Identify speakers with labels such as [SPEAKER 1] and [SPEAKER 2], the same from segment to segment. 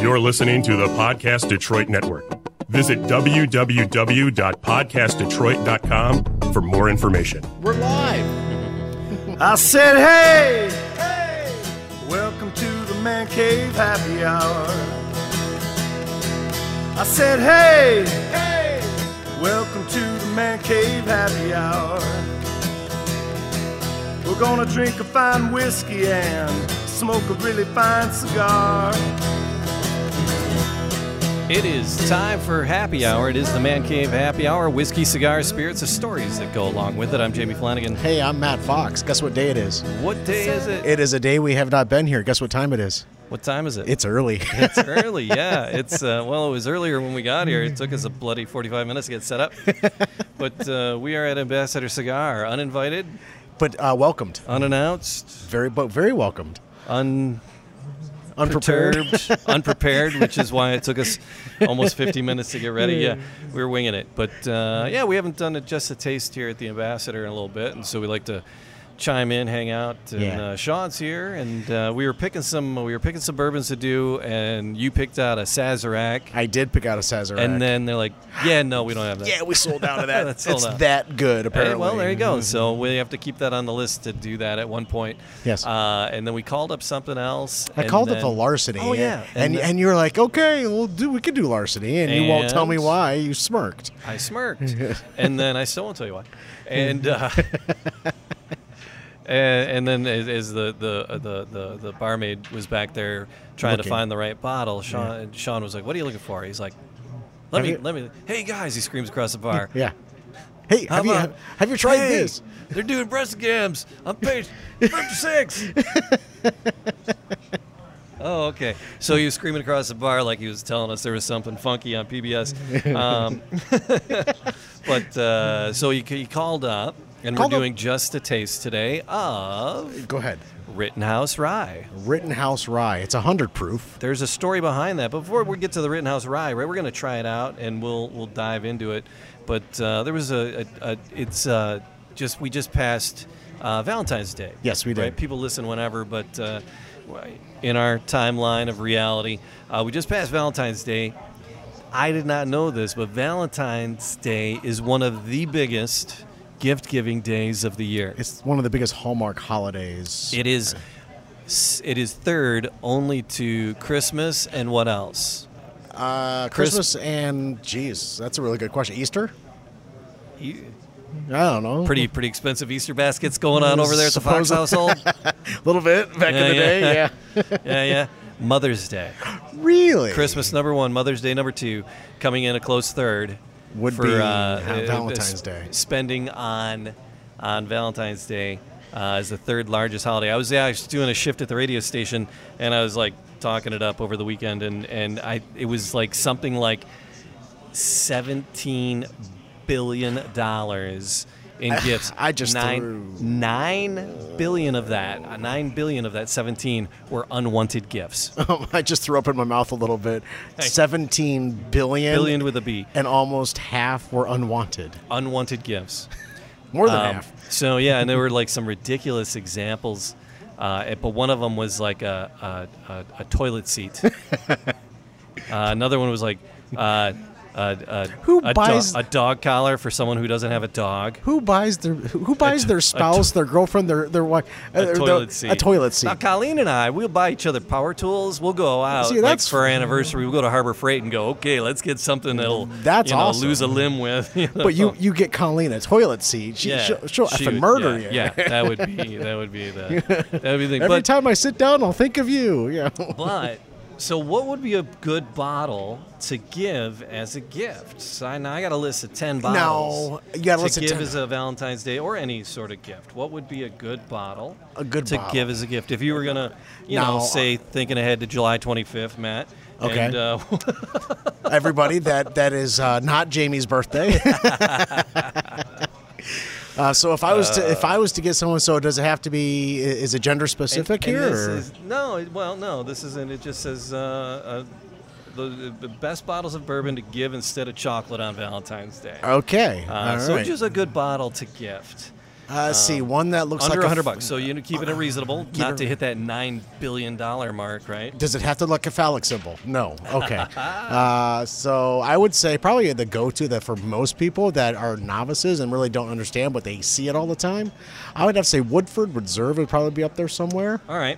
[SPEAKER 1] You're listening to the Podcast Detroit Network. Visit www.podcastdetroit.com for more information.
[SPEAKER 2] We're live.
[SPEAKER 3] I said, hey, hey, welcome to the Man Cave Happy Hour. I said, hey, hey, welcome to the Man Cave Happy Hour. We're gonna drink a fine whiskey and smoke a really fine cigar.
[SPEAKER 2] It is time for happy hour. It is the Man Cave Happy Hour. Whiskey, cigars, spirits, the stories that go along with it. I'm Jamie Flanagan.
[SPEAKER 4] Hey, I'm Matt Fox. Guess what day it is?
[SPEAKER 2] What day is it?
[SPEAKER 4] It is a day we have not been here. Guess what time it is?
[SPEAKER 2] What time is it?
[SPEAKER 4] It's early.
[SPEAKER 2] It's early, yeah. It's uh, well, it was earlier when we got here. It took us a bloody 45 minutes to get set up, but uh, we are at Ambassador Cigar, uninvited,
[SPEAKER 4] but uh, welcomed.
[SPEAKER 2] unannounced,
[SPEAKER 4] Very, but very welcomed. Unprepared.
[SPEAKER 2] unperturbed, unprepared, which is why it took us almost 50 minutes to get ready. Yeah, we were winging it, but uh, yeah, we haven't done it just a taste here at the Ambassador in a little bit, and so we like to chime in, hang out, and
[SPEAKER 4] Yeah.
[SPEAKER 2] uh, Sean's here, and uh, we were picking some, we were picking some bourbons to do, and you picked out a Sazerac,
[SPEAKER 4] I did pick out a Sazerac.
[SPEAKER 2] and then they're like, yeah, no, we don't have that.
[SPEAKER 4] yeah, we sold out of that.
[SPEAKER 2] That's sold
[SPEAKER 4] it's
[SPEAKER 2] out.
[SPEAKER 4] that good,
[SPEAKER 2] Hey,
[SPEAKER 4] apparently.
[SPEAKER 2] well, there you go. So we have to keep that on the list to do that at one point.
[SPEAKER 4] Mm-hmm. Yes.
[SPEAKER 2] Uh, and then we called up something else.
[SPEAKER 4] I
[SPEAKER 2] and
[SPEAKER 4] called it
[SPEAKER 2] then-
[SPEAKER 4] the larceny.
[SPEAKER 2] Oh yeah.
[SPEAKER 4] and and,
[SPEAKER 2] then-
[SPEAKER 4] you were like, okay, well, do we could do larceny, and, you won't tell me
[SPEAKER 2] And-
[SPEAKER 4] why. You smirked.
[SPEAKER 2] I smirked, and then I still won't tell you why. And uh, and, and then as, as the, the uh, the the the barmaid was back there trying to
[SPEAKER 4] Looking.
[SPEAKER 2] find the right bottle, Sean Sean was like, "What are you looking for?" He's like, "Let
[SPEAKER 4] Have
[SPEAKER 2] me,
[SPEAKER 4] you-
[SPEAKER 2] let me, hey guys!" He screams across the bar.
[SPEAKER 4] Yeah. Hey,
[SPEAKER 2] How
[SPEAKER 4] have you
[SPEAKER 2] about-
[SPEAKER 4] have, have you tried
[SPEAKER 2] "Hey,
[SPEAKER 4] this?
[SPEAKER 2] They're doing breast gams on page 56. oh, okay. So he was screaming across the bar like he was telling us there was something funky on PBS. Um, but uh, so he, he called up, and
[SPEAKER 4] Called
[SPEAKER 2] we're
[SPEAKER 4] up-
[SPEAKER 2] doing just a taste today of
[SPEAKER 4] Go ahead.
[SPEAKER 2] Rittenhouse Rye.
[SPEAKER 4] Rittenhouse Rye. It's hundred proof.
[SPEAKER 2] There's a story behind that. Before we get to the Rittenhouse Rye, right, we're going to try it out and we'll we'll dive into it. But uh, there was a, a, a it's uh, just we just passed uh, Valentine's Day.
[SPEAKER 4] Yes, we did.
[SPEAKER 2] Right? People listen whenever, but uh, in our timeline of reality, uh, we just passed Valentine's Day. I did not know this, but Valentine's Day is one of the biggest gift-giving days of the year.
[SPEAKER 4] It's one of the biggest hallmark holidays.
[SPEAKER 2] It is. It is third only to Christmas and what else?
[SPEAKER 4] Uh, Christmas and geez, that's a really good question. Easter?
[SPEAKER 2] You-
[SPEAKER 4] I don't know.
[SPEAKER 2] Pretty pretty expensive Easter baskets going on over there at the Fox
[SPEAKER 4] Supposedly.
[SPEAKER 2] household.
[SPEAKER 4] a little bit back
[SPEAKER 2] Yeah,
[SPEAKER 4] in the
[SPEAKER 2] yeah.
[SPEAKER 4] day. Yeah.
[SPEAKER 2] yeah, yeah. Mother's Day,
[SPEAKER 4] really?
[SPEAKER 2] Christmas number one, Mother's Day number two, coming in a close third
[SPEAKER 4] Would
[SPEAKER 2] for
[SPEAKER 4] be,
[SPEAKER 2] uh,
[SPEAKER 4] uh,
[SPEAKER 2] uh,
[SPEAKER 4] Valentine's
[SPEAKER 2] s-
[SPEAKER 4] Day.
[SPEAKER 2] Spending on on Valentine's Day uh, is the third largest holiday. I was yeah, I was doing a shift at the radio station, and I was like talking it up over the weekend, and and I it was like something like seventeen billion dollars in gifts.
[SPEAKER 4] I just
[SPEAKER 2] nine
[SPEAKER 4] threw-
[SPEAKER 2] nine billion of that uh, nine billion of that seventeen were unwanted gifts.
[SPEAKER 4] I just threw up in my mouth a little bit. Seventeen billion.
[SPEAKER 2] billion with a B.
[SPEAKER 4] and almost half were unwanted.
[SPEAKER 2] Unwanted gifts.
[SPEAKER 4] More than
[SPEAKER 2] Um,
[SPEAKER 4] half.
[SPEAKER 2] So yeah, and there were like some ridiculous examples, uh, it- but one of them was like a a, a, a toilet seat. uh, another one was like uh, a, a,
[SPEAKER 4] Who
[SPEAKER 2] a, do-
[SPEAKER 4] buys-
[SPEAKER 2] a dog collar for someone who doesn't have a dog.
[SPEAKER 4] Who buys their Who buys
[SPEAKER 2] t- a
[SPEAKER 4] their
[SPEAKER 2] t-
[SPEAKER 4] spouse, their girlfriend, their their wife, uh,
[SPEAKER 2] A
[SPEAKER 4] their-
[SPEAKER 2] toilet seat.
[SPEAKER 4] A toilet seat.
[SPEAKER 2] Now, Colleen and I, we'll buy each other power tools. We'll go out
[SPEAKER 4] See,
[SPEAKER 2] like
[SPEAKER 4] that's- Mm,
[SPEAKER 2] for our anniversary. We'll go to Harbor Freight and go. Okay, let's get something that'll
[SPEAKER 4] That's
[SPEAKER 2] you know,
[SPEAKER 4] awesome.
[SPEAKER 2] lose a limb with. you know.
[SPEAKER 4] But you you get Colleen a toilet seat. She, she'll, she'll
[SPEAKER 2] she
[SPEAKER 4] effing
[SPEAKER 2] would-
[SPEAKER 4] murder
[SPEAKER 2] yeah,
[SPEAKER 4] you.
[SPEAKER 2] Yeah, that would be that would be the that would be the.
[SPEAKER 4] Every
[SPEAKER 2] but,
[SPEAKER 4] time I sit down, I'll think of you. Yeah.
[SPEAKER 2] But so, what would be a good bottle to give as a gift? So I, now I got a list of ten bottles.
[SPEAKER 4] you gotta
[SPEAKER 2] to
[SPEAKER 4] list of
[SPEAKER 2] give
[SPEAKER 4] 10.
[SPEAKER 2] as a Valentine's Day or any sort of gift. What would be a good bottle?
[SPEAKER 4] A good
[SPEAKER 2] to
[SPEAKER 4] bottle.
[SPEAKER 2] give as a gift. If you were gonna, you know,
[SPEAKER 4] Now,
[SPEAKER 2] say thinking ahead to July 25th, Matt.
[SPEAKER 4] Okay.
[SPEAKER 2] And, uh,
[SPEAKER 4] Everybody, that that is uh, not Jamie's birthday. Uh, so if I was to if I was to get someone, so does it have to be? i- Is it gender specific
[SPEAKER 2] and
[SPEAKER 4] here?
[SPEAKER 2] this
[SPEAKER 4] or-
[SPEAKER 2] is- no, it- well, no, this isn't. It just says. Uh, uh, the, the best bottles of bourbon to give instead of chocolate on Valentine's Day.
[SPEAKER 4] okay,
[SPEAKER 2] Uh,
[SPEAKER 4] Oh, all
[SPEAKER 2] so
[SPEAKER 4] right.
[SPEAKER 2] just a good bottle to gift.
[SPEAKER 4] Uh, let's see, one that looks
[SPEAKER 2] Under
[SPEAKER 4] like a
[SPEAKER 2] 100
[SPEAKER 4] f-
[SPEAKER 2] bucks. So you know, keeping it reasonable, not to hit that $9 billion mark, right?
[SPEAKER 4] Does it have to look like a phallic symbol? No. Okay. uh, so I would say probably the go-to that for most people that are novices and really don't understand, but they see it all the time. I would have to say Woodford Reserve would probably be up there somewhere.
[SPEAKER 2] All right.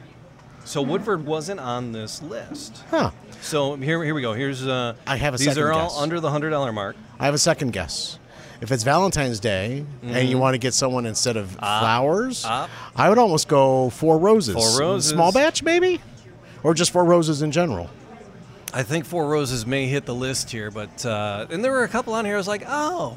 [SPEAKER 2] So Woodford wasn't on this list.
[SPEAKER 4] Hmm. Huh.
[SPEAKER 2] So here, here we go. Here's uh,
[SPEAKER 4] I have a
[SPEAKER 2] these
[SPEAKER 4] second
[SPEAKER 2] are all
[SPEAKER 4] guess.
[SPEAKER 2] under the hundred dollar mark.
[SPEAKER 4] I have a second guess. If it's Valentine's Day and
[SPEAKER 2] Mm-hmm.
[SPEAKER 4] you want to get someone instead of flowers,
[SPEAKER 2] ah.
[SPEAKER 4] I would almost go four roses.
[SPEAKER 2] Four roses.
[SPEAKER 4] Small batch, maybe? Or just four roses in general.
[SPEAKER 2] I think Four Roses may hit the list here, but uh, and there were a couple on here. I was like, oh,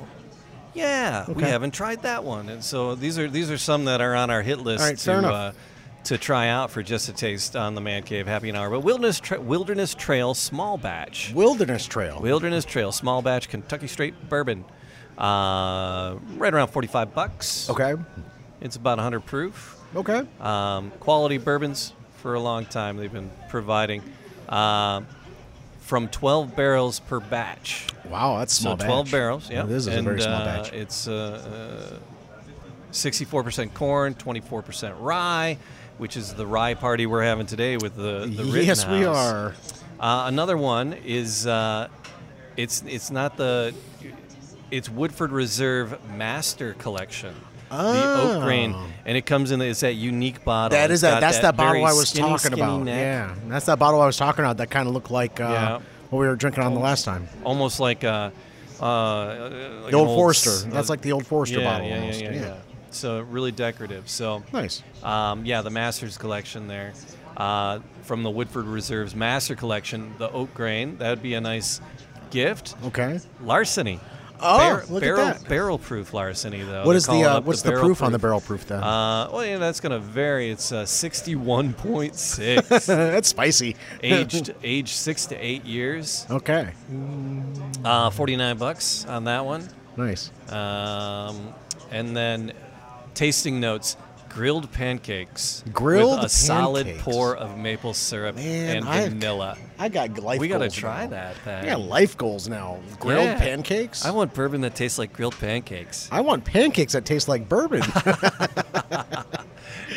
[SPEAKER 2] yeah, we
[SPEAKER 4] Okay.
[SPEAKER 2] haven't tried that one, and so these are these are some that are on our hit list
[SPEAKER 4] All right, fair
[SPEAKER 2] to
[SPEAKER 4] enough.
[SPEAKER 2] uh, to try out for just a taste on the Man Cave Happy Hour. But Wilderness Tra- Wilderness Trail Small Batch,
[SPEAKER 4] Wilderness Trail.
[SPEAKER 2] Wilderness Trail Small Batch Kentucky Straight Bourbon, uh, right around forty five bucks.
[SPEAKER 4] okay.
[SPEAKER 2] it's about hundred proof.
[SPEAKER 4] Okay.
[SPEAKER 2] um, quality bourbons for a long time. They've been providing um, from 12 barrels per batch.
[SPEAKER 4] Wow, that's small
[SPEAKER 2] so
[SPEAKER 4] batch.
[SPEAKER 2] 12 barrels, yeah.
[SPEAKER 4] This is
[SPEAKER 2] and,
[SPEAKER 4] a very small
[SPEAKER 2] uh,
[SPEAKER 4] batch.
[SPEAKER 2] It's uh, uh, 64% corn, 24% rye, which is the rye party we're having today with the, the
[SPEAKER 4] yes, we
[SPEAKER 2] Rittenhouse.
[SPEAKER 4] are.
[SPEAKER 2] Uh, another one is uh, it's it's not the it's Woodford Reserve Master Collection. The
[SPEAKER 4] Oh.
[SPEAKER 2] oak grain, and it comes in. It's that unique bottle.
[SPEAKER 4] That is
[SPEAKER 2] It's
[SPEAKER 4] that.
[SPEAKER 2] got
[SPEAKER 4] That's that,
[SPEAKER 2] very
[SPEAKER 4] bottle I was
[SPEAKER 2] skinny,
[SPEAKER 4] talking
[SPEAKER 2] skinny
[SPEAKER 4] about.
[SPEAKER 2] neck,
[SPEAKER 4] Yeah, that's that bottle I was talking about. That kind of looked like uh,
[SPEAKER 2] Yeah.
[SPEAKER 4] what we were drinking on the last time.
[SPEAKER 2] almost like a uh, uh, like
[SPEAKER 4] The old
[SPEAKER 2] an
[SPEAKER 4] Forester.
[SPEAKER 2] s-
[SPEAKER 4] that's like the old Forester
[SPEAKER 2] yeah,
[SPEAKER 4] bottle.
[SPEAKER 2] yeah, yeah,
[SPEAKER 4] almost.
[SPEAKER 2] yeah, yeah. So really decorative. So
[SPEAKER 4] Nice.
[SPEAKER 2] Um, yeah, the Masters collection there uh, from the Woodford Reserves Master Collection. The oak grain that would be a nice gift.
[SPEAKER 4] Okay.
[SPEAKER 2] Larceny.
[SPEAKER 4] Oh, look at
[SPEAKER 2] barrel,
[SPEAKER 4] that.
[SPEAKER 2] Barrel proof larceny, though.
[SPEAKER 4] What
[SPEAKER 2] They
[SPEAKER 4] is
[SPEAKER 2] call
[SPEAKER 4] the
[SPEAKER 2] it
[SPEAKER 4] uh,
[SPEAKER 2] up
[SPEAKER 4] what's the, proof on the barrel proof then?
[SPEAKER 2] Uh, well, yeah, that's going to vary. It's uh, 61.6,
[SPEAKER 4] that's spicy.
[SPEAKER 2] aged age six to eight years.
[SPEAKER 4] okay.
[SPEAKER 2] Uh, 49 bucks on that one.
[SPEAKER 4] Nice.
[SPEAKER 2] Uh, Um, and then tasting notes. Grilled pancakes.
[SPEAKER 4] Grilled
[SPEAKER 2] with a solid
[SPEAKER 4] pancakes.
[SPEAKER 2] pour of maple syrup
[SPEAKER 4] Man,
[SPEAKER 2] and
[SPEAKER 4] I've-
[SPEAKER 2] vanilla.
[SPEAKER 4] I got life.
[SPEAKER 2] We got to
[SPEAKER 4] goals
[SPEAKER 2] try
[SPEAKER 4] now.
[SPEAKER 2] that. Thing.
[SPEAKER 4] I got life goals now. Grilled
[SPEAKER 2] Yeah.
[SPEAKER 4] pancakes.
[SPEAKER 2] I want bourbon that tastes like grilled pancakes.
[SPEAKER 4] I want pancakes that taste like bourbon.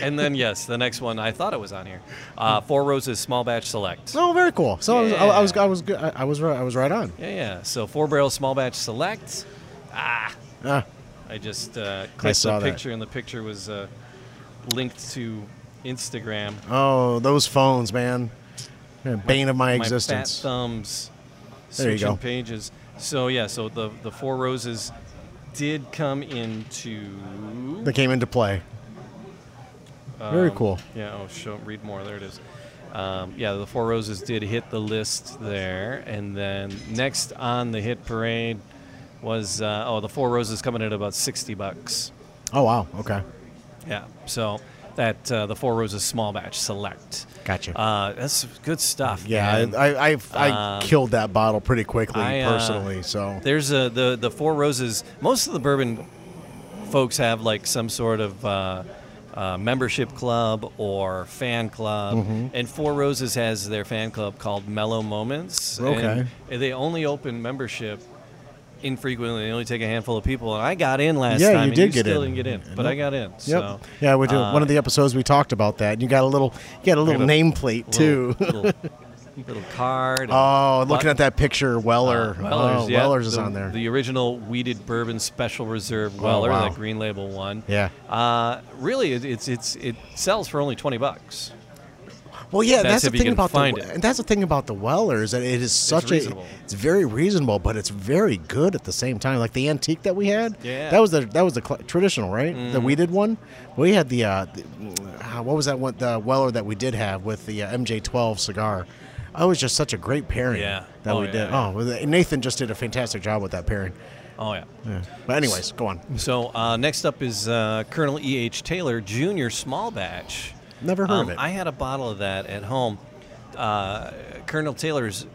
[SPEAKER 2] And then yes, the next one I thought it was on here. Uh, Four Roses Small Batch Select.
[SPEAKER 4] oh, very cool. So I, was, I was
[SPEAKER 2] Yeah.
[SPEAKER 4] I was good. I, I was right- I was right on.
[SPEAKER 2] Yeah, yeah. So Four Barrel Small Batch Select.
[SPEAKER 4] Ah,
[SPEAKER 2] I just uh, clicked
[SPEAKER 4] saw
[SPEAKER 2] the
[SPEAKER 4] that.
[SPEAKER 2] picture, and the picture was uh, linked to Instagram.
[SPEAKER 4] oh, those phones, man. Yeah, Bane of my, existence.
[SPEAKER 2] My fat thumbs.
[SPEAKER 4] There you
[SPEAKER 2] switching
[SPEAKER 4] go.
[SPEAKER 2] Pages. So yeah, so the the Four Roses did come into.
[SPEAKER 4] that came into play. Very cool.
[SPEAKER 2] Yeah. Oh, show read more. There it is. Um, yeah, the Four Roses did hit the list there, and then next on the hit parade was uh, oh the Four Roses coming in at about sixty bucks.
[SPEAKER 4] Oh wow. Okay.
[SPEAKER 2] Yeah. So that uh, the Four Roses small batch select.
[SPEAKER 4] Gotcha.
[SPEAKER 2] Uh, that's good stuff.
[SPEAKER 4] yeah,
[SPEAKER 2] man.
[SPEAKER 4] I I, I,
[SPEAKER 2] um,
[SPEAKER 4] I killed that bottle pretty quickly
[SPEAKER 2] I, uh,
[SPEAKER 4] personally. So
[SPEAKER 2] There's a the the Four Roses. Most of the bourbon folks have like some sort of uh, uh, membership club or fan club,
[SPEAKER 4] Mm-hmm.
[SPEAKER 2] and Four Roses has their fan club called Mellow Moments.
[SPEAKER 4] Okay.
[SPEAKER 2] and they only open membership infrequently. They only take a handful of people, and I got in last
[SPEAKER 4] Yeah,
[SPEAKER 2] time.
[SPEAKER 4] you
[SPEAKER 2] and
[SPEAKER 4] did
[SPEAKER 2] you
[SPEAKER 4] get
[SPEAKER 2] still
[SPEAKER 4] in.
[SPEAKER 2] Didn't get in, but I got in.
[SPEAKER 4] yep.
[SPEAKER 2] So
[SPEAKER 4] yeah, we did
[SPEAKER 2] uh,
[SPEAKER 4] one of the episodes we talked about that. And you got a little you got a little
[SPEAKER 2] got a
[SPEAKER 4] nameplate too.
[SPEAKER 2] little, little, little card. and
[SPEAKER 4] oh,
[SPEAKER 2] button.
[SPEAKER 4] looking at that picture, Weller.
[SPEAKER 2] Uh, Weller's,
[SPEAKER 4] oh,
[SPEAKER 2] yeah.
[SPEAKER 4] Weller's is
[SPEAKER 2] The-
[SPEAKER 4] on there. Oh,
[SPEAKER 2] The original weeded bourbon special reserve Weller,
[SPEAKER 4] wow.
[SPEAKER 2] that green label one.
[SPEAKER 4] Yeah.
[SPEAKER 2] Uh, really, it, it's it's it sells for only twenty bucks.
[SPEAKER 4] well, yeah,
[SPEAKER 2] that's
[SPEAKER 4] that's,
[SPEAKER 2] if
[SPEAKER 4] the
[SPEAKER 2] you can
[SPEAKER 4] thing about
[SPEAKER 2] find
[SPEAKER 4] the
[SPEAKER 2] it.
[SPEAKER 4] and that's the thing about the Weller is that it is such
[SPEAKER 2] reasonable.
[SPEAKER 4] a it's very reasonable, but it's very good at the same time. Like the antique that we had,
[SPEAKER 2] Yeah. Mm-hmm.
[SPEAKER 4] that was the that was the cl- traditional, right? The weeded one. We had the, uh, the uh, what was that one? The Weller that we did have with the uh, MJ12 cigar. Oh, it was just such a great pairing
[SPEAKER 2] Yeah.
[SPEAKER 4] that
[SPEAKER 2] Oh,
[SPEAKER 4] we
[SPEAKER 2] yeah,
[SPEAKER 4] did.
[SPEAKER 2] yeah.
[SPEAKER 4] Oh, well, the- Nathan just did a fantastic job with that pairing.
[SPEAKER 2] Oh yeah.
[SPEAKER 4] Yeah. But anyways, go on.
[SPEAKER 2] So uh, next up is uh, Colonel E. H. Taylor Jr. Small Batch.
[SPEAKER 4] Never heard
[SPEAKER 2] Um,
[SPEAKER 4] of it.
[SPEAKER 2] I had a bottle of that at home. Uh, Colonel Taylor's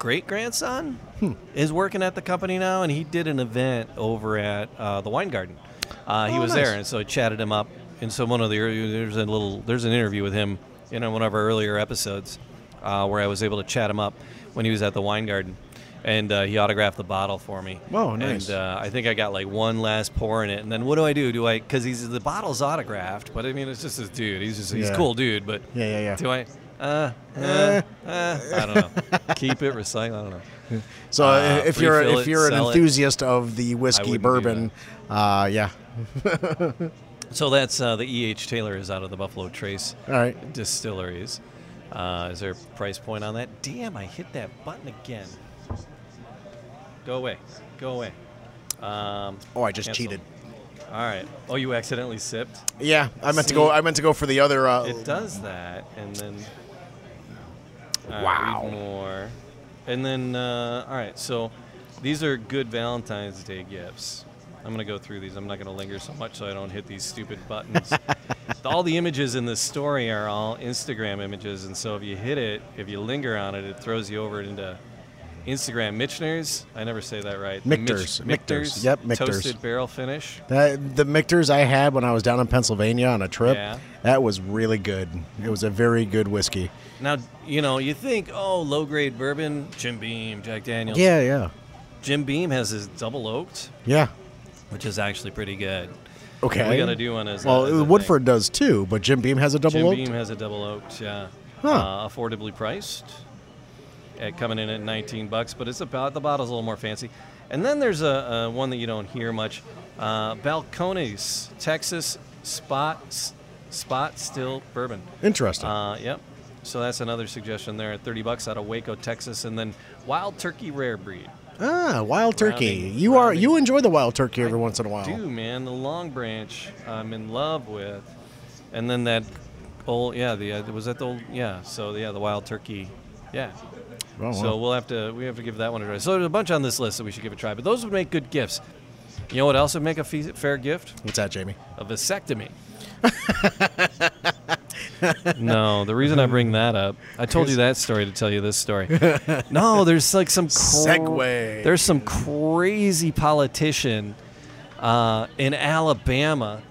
[SPEAKER 2] great grandson
[SPEAKER 4] Hmm.
[SPEAKER 2] is working at the company now, and he did an event over at uh, the Wine Garden. Uh, he
[SPEAKER 4] Oh,
[SPEAKER 2] was
[SPEAKER 4] nice.
[SPEAKER 2] there, and so I chatted him up. And so one of the earlier- there's a little there's an interview with him in one of our earlier episodes uh, where I was able to chat him up when he was at the Wine Garden. and uh, he autographed the bottle for me.
[SPEAKER 4] Whoa, nice.
[SPEAKER 2] And uh, I think I got like one last pour in it, and then what do I do? Do I because he's the bottle's autographed, but I mean it's just this dude. He's just he's a
[SPEAKER 4] Yeah.
[SPEAKER 2] cool dude, but
[SPEAKER 4] Yeah, yeah, yeah.
[SPEAKER 2] Do I? Uh, uh, uh, I don't know. Keep it recycle. I don't know.
[SPEAKER 4] So
[SPEAKER 2] Uh,
[SPEAKER 4] if you're
[SPEAKER 2] refill
[SPEAKER 4] if
[SPEAKER 2] it,
[SPEAKER 4] you're an
[SPEAKER 2] sell it.
[SPEAKER 4] enthusiast of the
[SPEAKER 2] I
[SPEAKER 4] whiskey
[SPEAKER 2] wouldn't do
[SPEAKER 4] bourbon, uh, yeah,
[SPEAKER 2] So that's uh, the E. H. Taylor is out of the Buffalo Trace
[SPEAKER 4] all right.
[SPEAKER 2] distilleries. Uh, is there a price point on that? Damn, I hit that button again. Go away. Go away. Um,
[SPEAKER 4] Oh, I just
[SPEAKER 2] cancel.
[SPEAKER 4] cheated.
[SPEAKER 2] All right. Oh, you accidentally sipped?
[SPEAKER 4] Yeah, I meant to go.
[SPEAKER 2] See.
[SPEAKER 4] I meant to go for the other. Uh,
[SPEAKER 2] It does that, and then. All right,
[SPEAKER 4] Wow.
[SPEAKER 2] read more. And then, uh, all right, so these are good Valentine's Day gifts. I'm going to go through these. I'm not going to linger so much so I don't hit these stupid buttons. all the images in this story are all Instagram images, and so if you hit it, if you linger on it, it throws you over into. Instagram Michners. I never say that right. The Mich-
[SPEAKER 4] Michters, Michters.
[SPEAKER 2] Michters.
[SPEAKER 4] Yep, Michters.
[SPEAKER 2] Toasted barrel finish.
[SPEAKER 4] That, the Mictors I had when I was down in Pennsylvania on a trip,
[SPEAKER 2] Yeah.
[SPEAKER 4] that was really good. It was a very good whiskey.
[SPEAKER 2] Now, you know, you think, oh, low grade bourbon, Jim Beam, Jack Daniels.
[SPEAKER 4] Yeah, yeah,
[SPEAKER 2] Jim Beam has his double oaked,
[SPEAKER 4] yeah.
[SPEAKER 2] which is actually pretty good.
[SPEAKER 4] Okay.
[SPEAKER 2] We got to do uh, one as a-
[SPEAKER 4] Well,
[SPEAKER 2] as a
[SPEAKER 4] Woodford does too, but Jim Beam has a
[SPEAKER 2] thing.
[SPEAKER 4] double.
[SPEAKER 2] Jim
[SPEAKER 4] oak.
[SPEAKER 2] Beam has a double oaked, yeah.
[SPEAKER 4] Huh.
[SPEAKER 2] Uh, affordably priced, at coming in at 19 bucks, but it's about the bottle's a little more fancy. And then there's a, a one that you don't hear much, uh, Balcones Texas Spot Spot Still Bourbon.
[SPEAKER 4] Interesting.
[SPEAKER 2] Uh, yep. So that's another suggestion there at 30 bucks out of Waco, Texas, and then Wild Turkey Rare Breed.
[SPEAKER 4] ah, wild turkey.
[SPEAKER 2] rounding-
[SPEAKER 4] you are
[SPEAKER 2] rounding.
[SPEAKER 4] you enjoy the wild turkey every once in a while.
[SPEAKER 2] do, man. The Long Branch, I'm in love with, and then that old, yeah, the uh, was that the old, yeah. So yeah, the wild turkey, yeah.
[SPEAKER 4] Oh, wow.
[SPEAKER 2] So we'll have to we have to give that one a try. So there's a bunch on this list that we should give a try, but those would make good gifts. You know what else would make a fee- fair gift?
[SPEAKER 4] What's that, Jamie?
[SPEAKER 2] A vasectomy. no, the reason I bring that up, I told you that story to tell you this story. No, there's like some cr-
[SPEAKER 4] Segue.
[SPEAKER 2] There's some crazy politician uh, in Alabama,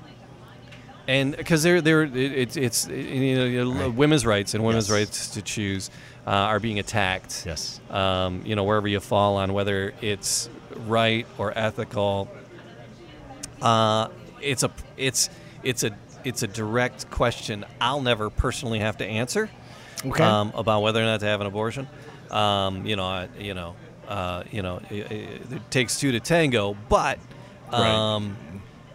[SPEAKER 2] and because they're they're it, it's it's you know you know, women's rights and women's
[SPEAKER 4] Yes.
[SPEAKER 2] rights to choose uh, are being attacked.
[SPEAKER 4] Yes.
[SPEAKER 2] um, you know wherever you fall on whether it's right or ethical uh, it's a it's it's a it's a direct question I'll never personally have to answer
[SPEAKER 4] Okay.
[SPEAKER 2] um, about whether or not to have an abortion. Um, you know, I, you know, uh, you know, it, it, it takes two to tango, but. Um,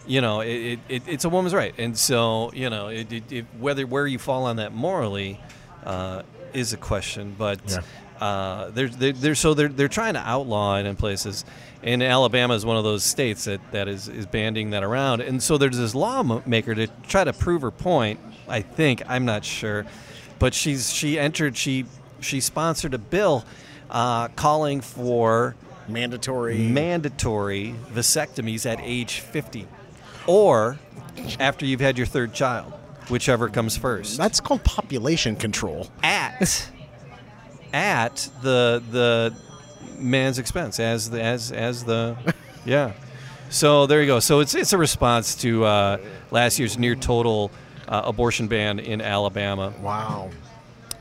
[SPEAKER 2] You know, it, it, it, it's a woman's right, and so you know, it, it, it, whether where you fall on that morally uh, is a question. But uh, they're, they're, they're so they're, they're trying to outlaw it in places, and Alabama is one of those states that, that is, is banding that around. And so there's this lawmaker to try to prove her point. I think I'm not sure, but she's she entered she she sponsored a bill uh, calling for
[SPEAKER 4] Mandatory.
[SPEAKER 2] mandatory vasectomies at age 50 or after you've had your third child, whichever comes first.
[SPEAKER 4] That's called population control.
[SPEAKER 2] at at the the man's expense as the as as the yeah. So there you go. So it's it's a response to uh, last year's near total uh, abortion ban in Alabama.
[SPEAKER 4] Wow.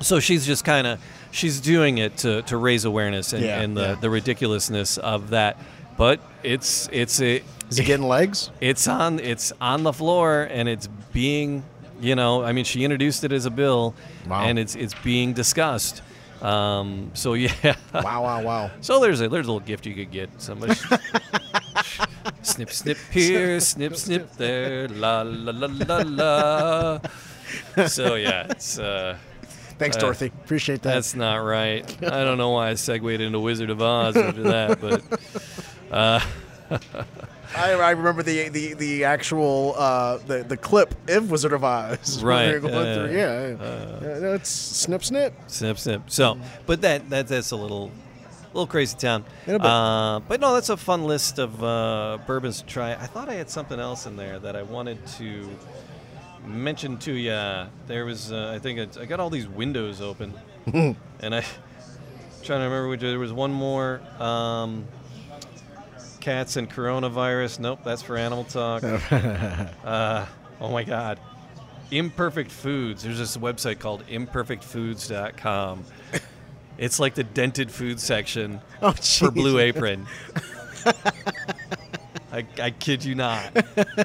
[SPEAKER 2] So she's just kind of she's doing it to, to raise awareness and,
[SPEAKER 4] Yeah,
[SPEAKER 2] and the,
[SPEAKER 4] yeah.
[SPEAKER 2] the ridiculousness of that. But it's it's a
[SPEAKER 4] Is he getting legs?
[SPEAKER 2] it's on it's on the floor and it's being you know I mean she introduced it as a bill
[SPEAKER 4] Wow.
[SPEAKER 2] and it's it's being discussed. Um, so yeah.
[SPEAKER 4] Wow, wow, wow.
[SPEAKER 2] So there's a there's a little gift you could get somebody. snip snip here, snip snip there, la la la la la. So yeah, it's uh,
[SPEAKER 4] Thanks, Dorothy. Appreciate that.
[SPEAKER 2] that's not right. I don't know why I segued into Wizard of Oz after that, but
[SPEAKER 4] I, I remember the the the actual uh, the the clip of Wizard of Oz. when
[SPEAKER 2] Right,
[SPEAKER 4] they were going
[SPEAKER 2] uh,
[SPEAKER 4] through. Yeah. yeah. That's snip snip.
[SPEAKER 2] snip snip. So, but that that that's a little little crazy town.
[SPEAKER 4] Little bit.
[SPEAKER 2] Uh, but no, that's a fun list of uh, bourbons to try. I thought I had something else in there that I wanted to mention to ya. There was uh, I think it's, I got all these windows open, and I trying to remember which there was one more. Um, Cats and coronavirus. Nope, that's for animal talk. Uh, oh my God. Imperfect Foods. There's this website called imperfectfoods.com It's like the dented food section
[SPEAKER 4] Oh,
[SPEAKER 2] for Blue
[SPEAKER 4] jeez.
[SPEAKER 2] Apron. I, I kid you not.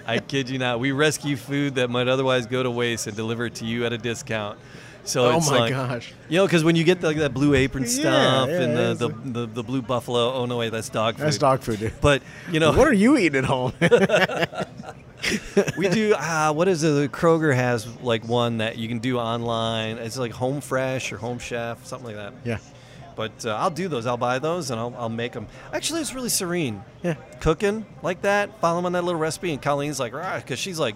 [SPEAKER 2] I kid you not. We rescue food that might otherwise go to waste and deliver it to you at a discount. So
[SPEAKER 4] Oh
[SPEAKER 2] it's
[SPEAKER 4] my
[SPEAKER 2] like,
[SPEAKER 4] gosh.
[SPEAKER 2] You know, because when you get the, that blue apron
[SPEAKER 4] Yeah,
[SPEAKER 2] stuff
[SPEAKER 4] yeah,
[SPEAKER 2] and the,
[SPEAKER 4] it's
[SPEAKER 2] the,
[SPEAKER 4] a-
[SPEAKER 2] the, the blue buffalo. Oh no, wait, that's dog food.
[SPEAKER 4] That's dog food, dude.
[SPEAKER 2] But you know,
[SPEAKER 4] What are you eating at home?
[SPEAKER 2] we do uh, what is it the kroger has like one that you can do online it's like home fresh or home chef something like that
[SPEAKER 4] yeah.
[SPEAKER 2] but uh, i'll do those i'll buy those and i'll, I'll make them actually it's really serene
[SPEAKER 4] Yeah.
[SPEAKER 2] cooking like that following on that little recipe and colleen's like right because she's like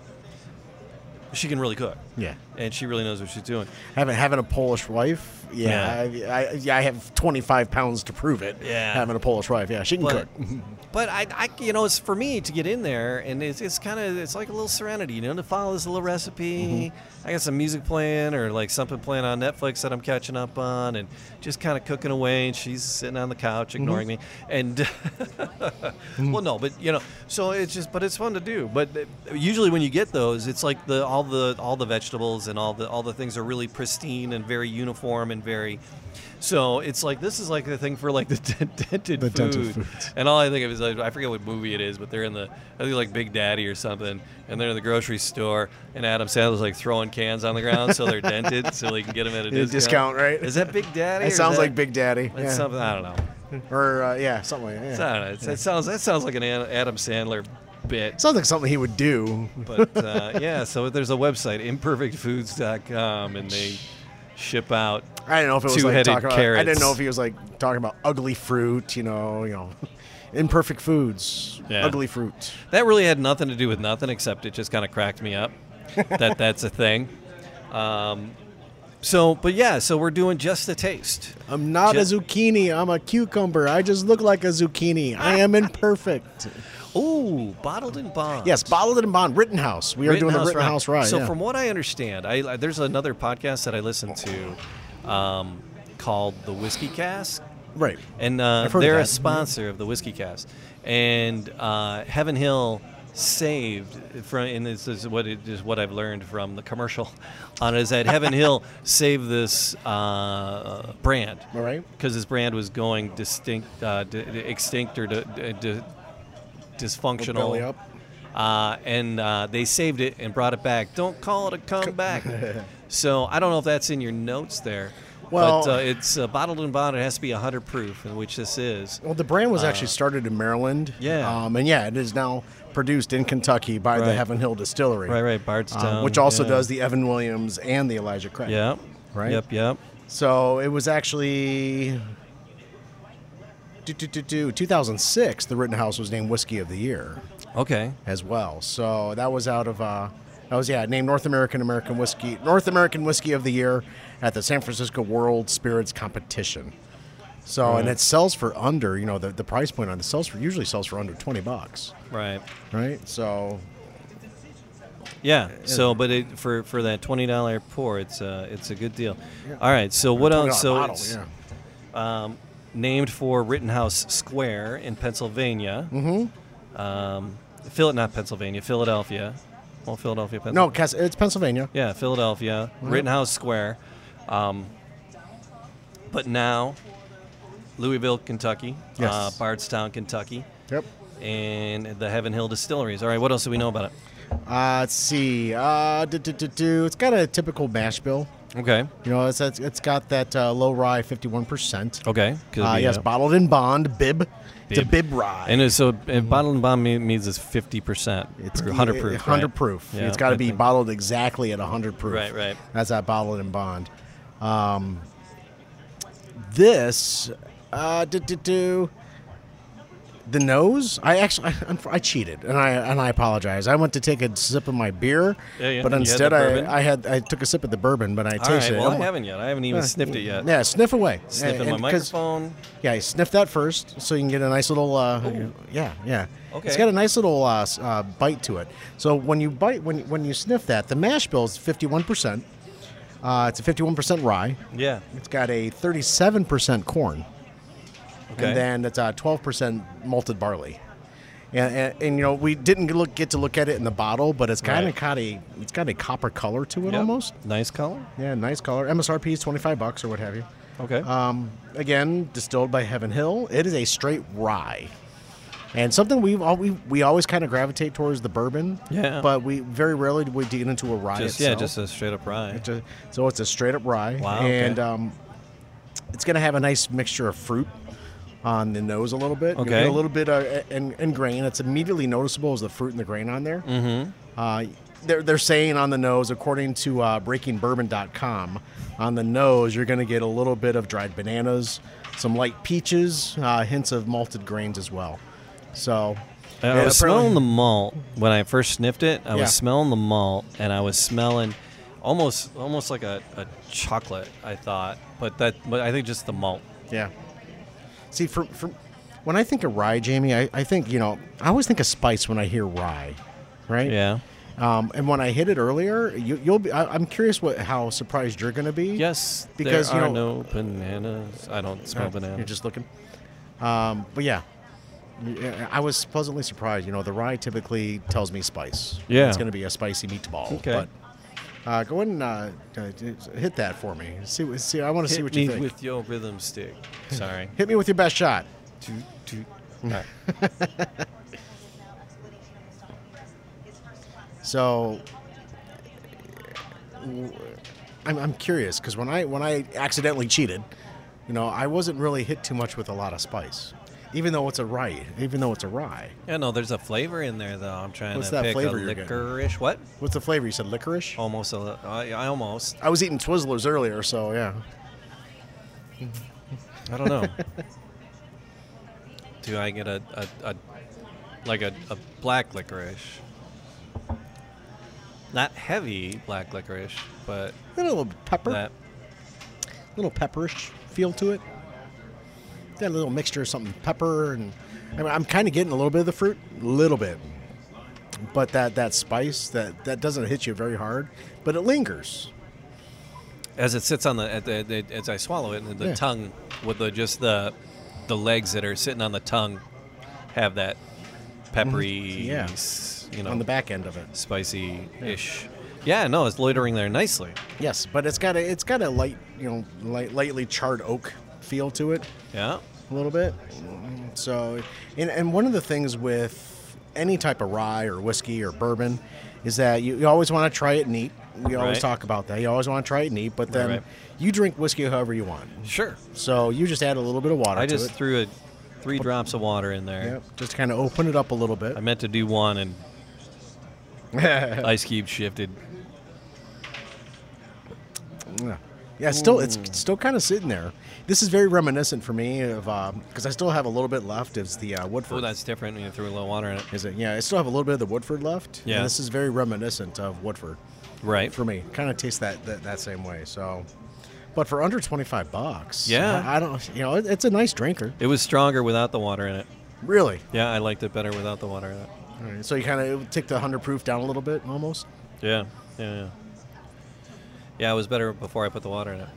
[SPEAKER 2] she can really cook
[SPEAKER 4] Yeah.
[SPEAKER 2] and she really knows what she's doing
[SPEAKER 4] Having having a Polish wife, yeah, I, I, yeah, I have 25 pounds to prove it.
[SPEAKER 2] Yeah.
[SPEAKER 4] having a Polish wife, yeah, she can
[SPEAKER 2] but,
[SPEAKER 4] cook.
[SPEAKER 2] but I, I, you know, it's for me to get in there, and it's, it's kind of it's like a little serenity, you know, to follow this little recipe. I got some music playing or like something playing on Netflix that I'm catching up on, and just kind of cooking away. And she's sitting on the couch ignoring me, and
[SPEAKER 4] Mm.
[SPEAKER 2] well, no, but you know, so it's just, but it's fun to do. But uh, usually when you get those, it's like the all the all the vegetables and all the all the things are really pristine and very uniform and very. So it's like this is like the thing for like the dent- dented
[SPEAKER 4] The
[SPEAKER 2] food.
[SPEAKER 4] dented foods.
[SPEAKER 2] And all I think of is like, I forget what movie it is, but they're in the I think like Big Daddy or something, and they're in the grocery store, and Adam Sandler's like throwing cans on the ground so they're dented, so they can get them at a
[SPEAKER 4] Yeah,
[SPEAKER 2] discount.
[SPEAKER 4] discount, right?
[SPEAKER 2] Is that Big Daddy? or
[SPEAKER 4] It
[SPEAKER 2] is
[SPEAKER 4] sounds
[SPEAKER 2] that-
[SPEAKER 4] like Big Daddy,
[SPEAKER 2] It's
[SPEAKER 4] yeah.
[SPEAKER 2] something I don't know.
[SPEAKER 4] or uh, yeah, something like that.
[SPEAKER 2] It's-
[SPEAKER 4] yeah.
[SPEAKER 2] I don't know. It's, It sounds that sounds like an Ad- Adam Sandler bit,
[SPEAKER 4] Sounds like something he would do.
[SPEAKER 2] but uh, yeah. So there's a website imperfectfoods.com, and they ship out.
[SPEAKER 4] I didn't know if it was like
[SPEAKER 2] Two-headed
[SPEAKER 4] talking about. I didn't
[SPEAKER 2] carrots.
[SPEAKER 4] know if he was like talking about ugly fruit. You know, you know, imperfect foods,
[SPEAKER 2] Yeah.
[SPEAKER 4] ugly fruit.
[SPEAKER 2] That really had nothing to do with nothing, except it just kind of cracked me up that that's a thing. Um, so, but yeah, so we're doing just the taste.
[SPEAKER 4] I'm not
[SPEAKER 2] Just-
[SPEAKER 4] a zucchini. I'm a cucumber. I just look like a zucchini. I am imperfect.
[SPEAKER 2] Ooh, bottled and bond.
[SPEAKER 4] yes, bottled and bond. Rittenhouse. We are doing the Rittenhouse ride.
[SPEAKER 2] So
[SPEAKER 4] yeah.
[SPEAKER 2] from what I understand, I, I- there's another podcast that I listen to um, called the Whiskey Cask,
[SPEAKER 4] right.
[SPEAKER 2] and uh,
[SPEAKER 4] I've heard of
[SPEAKER 2] they're a
[SPEAKER 4] that. Mm-hmm.
[SPEAKER 2] sponsor of the Whiskey Cast. And uh, Heaven Hill saved from, and this is what it is what I've learned from the commercial on it, is that Heaven Hill saved this uh, brand,
[SPEAKER 4] All right.
[SPEAKER 2] Because this brand was going distinct, uh, d- d- extinct, or d- d- d- dysfunctional.
[SPEAKER 4] Belly up.
[SPEAKER 2] Uh, and uh, they saved it and brought it back. Don't call it a comeback. so I don't know if that's in your notes there.
[SPEAKER 4] Well-
[SPEAKER 2] but, uh, it's uh, bottled and bond. It has to be 100 proof, in which this is.
[SPEAKER 4] Well, the brand was actually started in Maryland.
[SPEAKER 2] Uh, yeah.
[SPEAKER 4] Um, and yeah, it is now produced in Kentucky by the
[SPEAKER 2] Right.
[SPEAKER 4] Heaven Hill Distillery. Um,
[SPEAKER 2] Right, right, Bardstown,
[SPEAKER 4] which also
[SPEAKER 2] yeah.
[SPEAKER 4] does the Evan Williams and the Elijah Craig.
[SPEAKER 2] Yep.
[SPEAKER 4] Right?
[SPEAKER 2] Yep. Yep.
[SPEAKER 4] So it was actually. do, do, do, do, 2006, the Rittenhouse was named Whiskey of the Year
[SPEAKER 2] Okay.
[SPEAKER 4] as well. So that was out of uh, that was yeah named North American American Whiskey North American Whiskey of the Year at the San Francisco World Spirits Competition. So and it sells for under you know the, the price point on the sells for usually sells for under twenty bucks,
[SPEAKER 2] Right.
[SPEAKER 4] right? So
[SPEAKER 2] Yeah.
[SPEAKER 4] Uh,
[SPEAKER 2] So, but it, for for that twenty dollar pour, it's uh, it's a good deal. All right. So what
[SPEAKER 4] $20
[SPEAKER 2] else? Oh, So
[SPEAKER 4] bottle,
[SPEAKER 2] it's
[SPEAKER 4] yeah.
[SPEAKER 2] named for Rittenhouse Square in Pennsylvania. Mm-hmm. Um, Phil, not Pennsylvania, Philadelphia. Well, Philadelphia, Pennsylvania.
[SPEAKER 4] no, Cas- it's Pennsylvania.
[SPEAKER 2] Yeah, Philadelphia, Rittenhouse Square. Um, but now, Louisville, Kentucky,
[SPEAKER 4] Yes.
[SPEAKER 2] uh, Bardstown, Kentucky,
[SPEAKER 4] Yep.
[SPEAKER 2] and the Heaven Hill Distilleries. All right, what else do we know about it?
[SPEAKER 4] Uh, let's see. Uh, do, do, do, do. It's got a typical mash bill.
[SPEAKER 2] Okay.
[SPEAKER 4] You know, it's it's, it's got that uh, low rye fifty one percent.
[SPEAKER 2] Okay. Could
[SPEAKER 4] Uh,
[SPEAKER 2] Oh, be,
[SPEAKER 4] yes,
[SPEAKER 2] uh,
[SPEAKER 4] bottled in bond bib. It's a
[SPEAKER 2] Bib.
[SPEAKER 4] bib rye.
[SPEAKER 2] and it's- so and bottled and bond me- means it's 50%.
[SPEAKER 4] It's
[SPEAKER 2] or 100 proof.
[SPEAKER 4] 100
[SPEAKER 2] right?
[SPEAKER 4] proof.
[SPEAKER 2] Yeah,
[SPEAKER 4] it's got to
[SPEAKER 2] I
[SPEAKER 4] be
[SPEAKER 2] think-
[SPEAKER 4] bottled exactly at 100 proof.
[SPEAKER 2] Right, right.
[SPEAKER 4] That's that bottled in bond. Um, this, uh, do, do, do. the nose. I actually, I, I cheated, and I and I apologize. I went to take a sip of my beer,
[SPEAKER 2] Yeah, yeah. You
[SPEAKER 4] but
[SPEAKER 2] had the
[SPEAKER 4] instead
[SPEAKER 2] bourbon?
[SPEAKER 4] I, I had I took a sip of the bourbon, but I
[SPEAKER 2] All right,
[SPEAKER 4] tasted
[SPEAKER 2] well,
[SPEAKER 4] it.
[SPEAKER 2] I
[SPEAKER 4] Oh,
[SPEAKER 2] haven't yet. I haven't even sniffed it yet.
[SPEAKER 4] Yeah, sniff away.
[SPEAKER 2] Sniffing
[SPEAKER 4] And-
[SPEAKER 2] my
[SPEAKER 4] and 'cause-
[SPEAKER 2] microphone.
[SPEAKER 4] yeah, you sniff that first, so you can get a nice little. Uh, yeah, yeah.
[SPEAKER 2] Okay.
[SPEAKER 4] It's got a nice little uh, s- uh, bite to it. So when you bite, when when you sniff that, the mash bill is fifty-one percent. Uh, it's a fifty-one percent rye.
[SPEAKER 2] Yeah.
[SPEAKER 4] It's got a thirty-seven percent corn,
[SPEAKER 2] Okay.
[SPEAKER 4] and then it's twelve percent malted barley. And, and, and you know we didn't look get to look at it in the bottle, but it's kind of
[SPEAKER 2] Right.
[SPEAKER 4] got a it's got a copper color to it
[SPEAKER 2] Yep.
[SPEAKER 4] almost.
[SPEAKER 2] Nice color.
[SPEAKER 4] Yeah, nice color. MSRP is twenty-five bucks or what have you.
[SPEAKER 2] Okay.
[SPEAKER 4] Um, again, distilled by Heaven Hill. It is a straight rye. And something we've all, we, we always kind of gravitate towards the bourbon.
[SPEAKER 2] Yeah.
[SPEAKER 4] But we very rarely do we get into a rye
[SPEAKER 2] just yeah,
[SPEAKER 4] itself.
[SPEAKER 2] just a straight up rye.
[SPEAKER 4] Ju- so it's a straight up rye.
[SPEAKER 2] Wow, okay.
[SPEAKER 4] And um, it's going to have a nice mixture of fruit on the nose a little bit. You'll
[SPEAKER 2] Okay.
[SPEAKER 4] get a little bit of, and, and grain. It's immediately noticeable as the fruit and the grain on there. Mm-hmm. Uh, they're, they're saying on the nose, according to uh, breakingbourbon.com, on the nose, you're going to get a little bit of dried bananas, some light peaches, uh, hints of malted grains as well. So.
[SPEAKER 2] Uh, I
[SPEAKER 4] and
[SPEAKER 2] was
[SPEAKER 4] apparently-
[SPEAKER 2] smelling the malt when I first sniffed it. I
[SPEAKER 4] Yeah.
[SPEAKER 2] was smelling the malt, and I was smelling almost almost like a, a chocolate. I thought, but that but I think just the malt.
[SPEAKER 4] Yeah. See, for, for when I think of rye, Jamie, I, I think you know I always think of spice when I hear rye, right?
[SPEAKER 2] Yeah.
[SPEAKER 4] Um, and when I hit it earlier, you, you'll be. I, I'm curious what how surprised you're going to be.
[SPEAKER 2] Yes.
[SPEAKER 4] Because,
[SPEAKER 2] there
[SPEAKER 4] you
[SPEAKER 2] are
[SPEAKER 4] know-
[SPEAKER 2] no bananas. I don't smell
[SPEAKER 4] Uh,
[SPEAKER 2] bananas.
[SPEAKER 4] You're just looking. Um, but yeah. Yeah, I was pleasantly surprised. You know, the rye typically tells me spice.
[SPEAKER 2] Yeah.
[SPEAKER 4] it's going to be a spicy meatball.
[SPEAKER 2] Okay.
[SPEAKER 4] But uh, go ahead and uh, uh, d- hit that for me. See, what- see, I want to
[SPEAKER 2] Hit
[SPEAKER 4] see what
[SPEAKER 2] me
[SPEAKER 4] you think.
[SPEAKER 2] with your rhythm stick. Sorry.
[SPEAKER 4] hit me with your best shot.
[SPEAKER 2] Toot, toot. All right.
[SPEAKER 4] So, w- I'm, I'm curious because when I when I accidentally cheated, you know, I wasn't really hit too much with a lot of spice, even though it's a rye. Even though it's a rye,
[SPEAKER 2] Yeah, no, there's a flavor in there though. I'm trying
[SPEAKER 4] What's
[SPEAKER 2] to
[SPEAKER 4] that
[SPEAKER 2] pick
[SPEAKER 4] flavor
[SPEAKER 2] a
[SPEAKER 4] you're getting?
[SPEAKER 2] licorice. What?
[SPEAKER 4] what's the flavor? You said licorice.
[SPEAKER 2] Almost a. li- I, I almost.
[SPEAKER 4] I was eating Twizzlers earlier, so yeah.
[SPEAKER 2] I don't know. Do I get a, a, a like a, a black licorice? Not heavy black licorice, but
[SPEAKER 4] A little pepper,
[SPEAKER 2] that.
[SPEAKER 4] little pepperish feel to it. Got a little mixture of something pepper and I mean, I'm kind of getting a little bit of the fruit, a little bit, but that that spice that that doesn't hit you very hard, but it lingers.
[SPEAKER 2] As it sits on the, at the, the as I swallow it, and the
[SPEAKER 4] Yeah.
[SPEAKER 2] tongue with the just the the legs that are sitting on the tongue have that peppery,
[SPEAKER 4] Mm-hmm. Yeah.
[SPEAKER 2] s- you know,
[SPEAKER 4] on the back end of it.
[SPEAKER 2] spicy ish. Yeah, no, it's loitering there nicely.
[SPEAKER 4] Yes, but it's got a it's got a light you know light, lightly charred oak feel to it
[SPEAKER 2] Yeah.
[SPEAKER 4] a little bit. So, and, and one of the things with any type of rye or whiskey or bourbon is that you, you always want to try it neat. We always
[SPEAKER 2] Right.
[SPEAKER 4] talk about that. You always want to try it neat, but then
[SPEAKER 2] right.
[SPEAKER 4] you drink whiskey however you want.
[SPEAKER 2] Sure.
[SPEAKER 4] So you just add a little bit of water
[SPEAKER 2] I
[SPEAKER 4] to
[SPEAKER 2] just
[SPEAKER 4] it.
[SPEAKER 2] threw a, three drops of water in there.
[SPEAKER 4] Yep, just kind of open it up a little bit.
[SPEAKER 2] I meant to do one and Ice Cube shifted.
[SPEAKER 4] Yeah, yeah. It's still, it's
[SPEAKER 2] Mm.
[SPEAKER 4] still kind of sitting there. This is very reminiscent for me of because I still have a little bit left. Is the uh, Woodford?
[SPEAKER 2] Oh, that's different when you threw a little water in it.
[SPEAKER 4] Is it? Yeah, I still have a little bit of the Woodford left. and
[SPEAKER 2] Yeah.
[SPEAKER 4] this is very reminiscent of Woodford
[SPEAKER 2] Right.
[SPEAKER 4] for me. Kind of tastes that, that that same way. So, but for under twenty five bucks,
[SPEAKER 2] Yeah.
[SPEAKER 4] I, I don't. You know, it, it's a nice drinker.
[SPEAKER 2] It was stronger without the water in it.
[SPEAKER 4] Really.
[SPEAKER 2] Yeah, I liked it better without the water in it.
[SPEAKER 4] All right, so you kind of tick the hundred proof down a little bit, almost.
[SPEAKER 2] Yeah. Yeah. Yeah. Yeah, it was better before I put the water in it.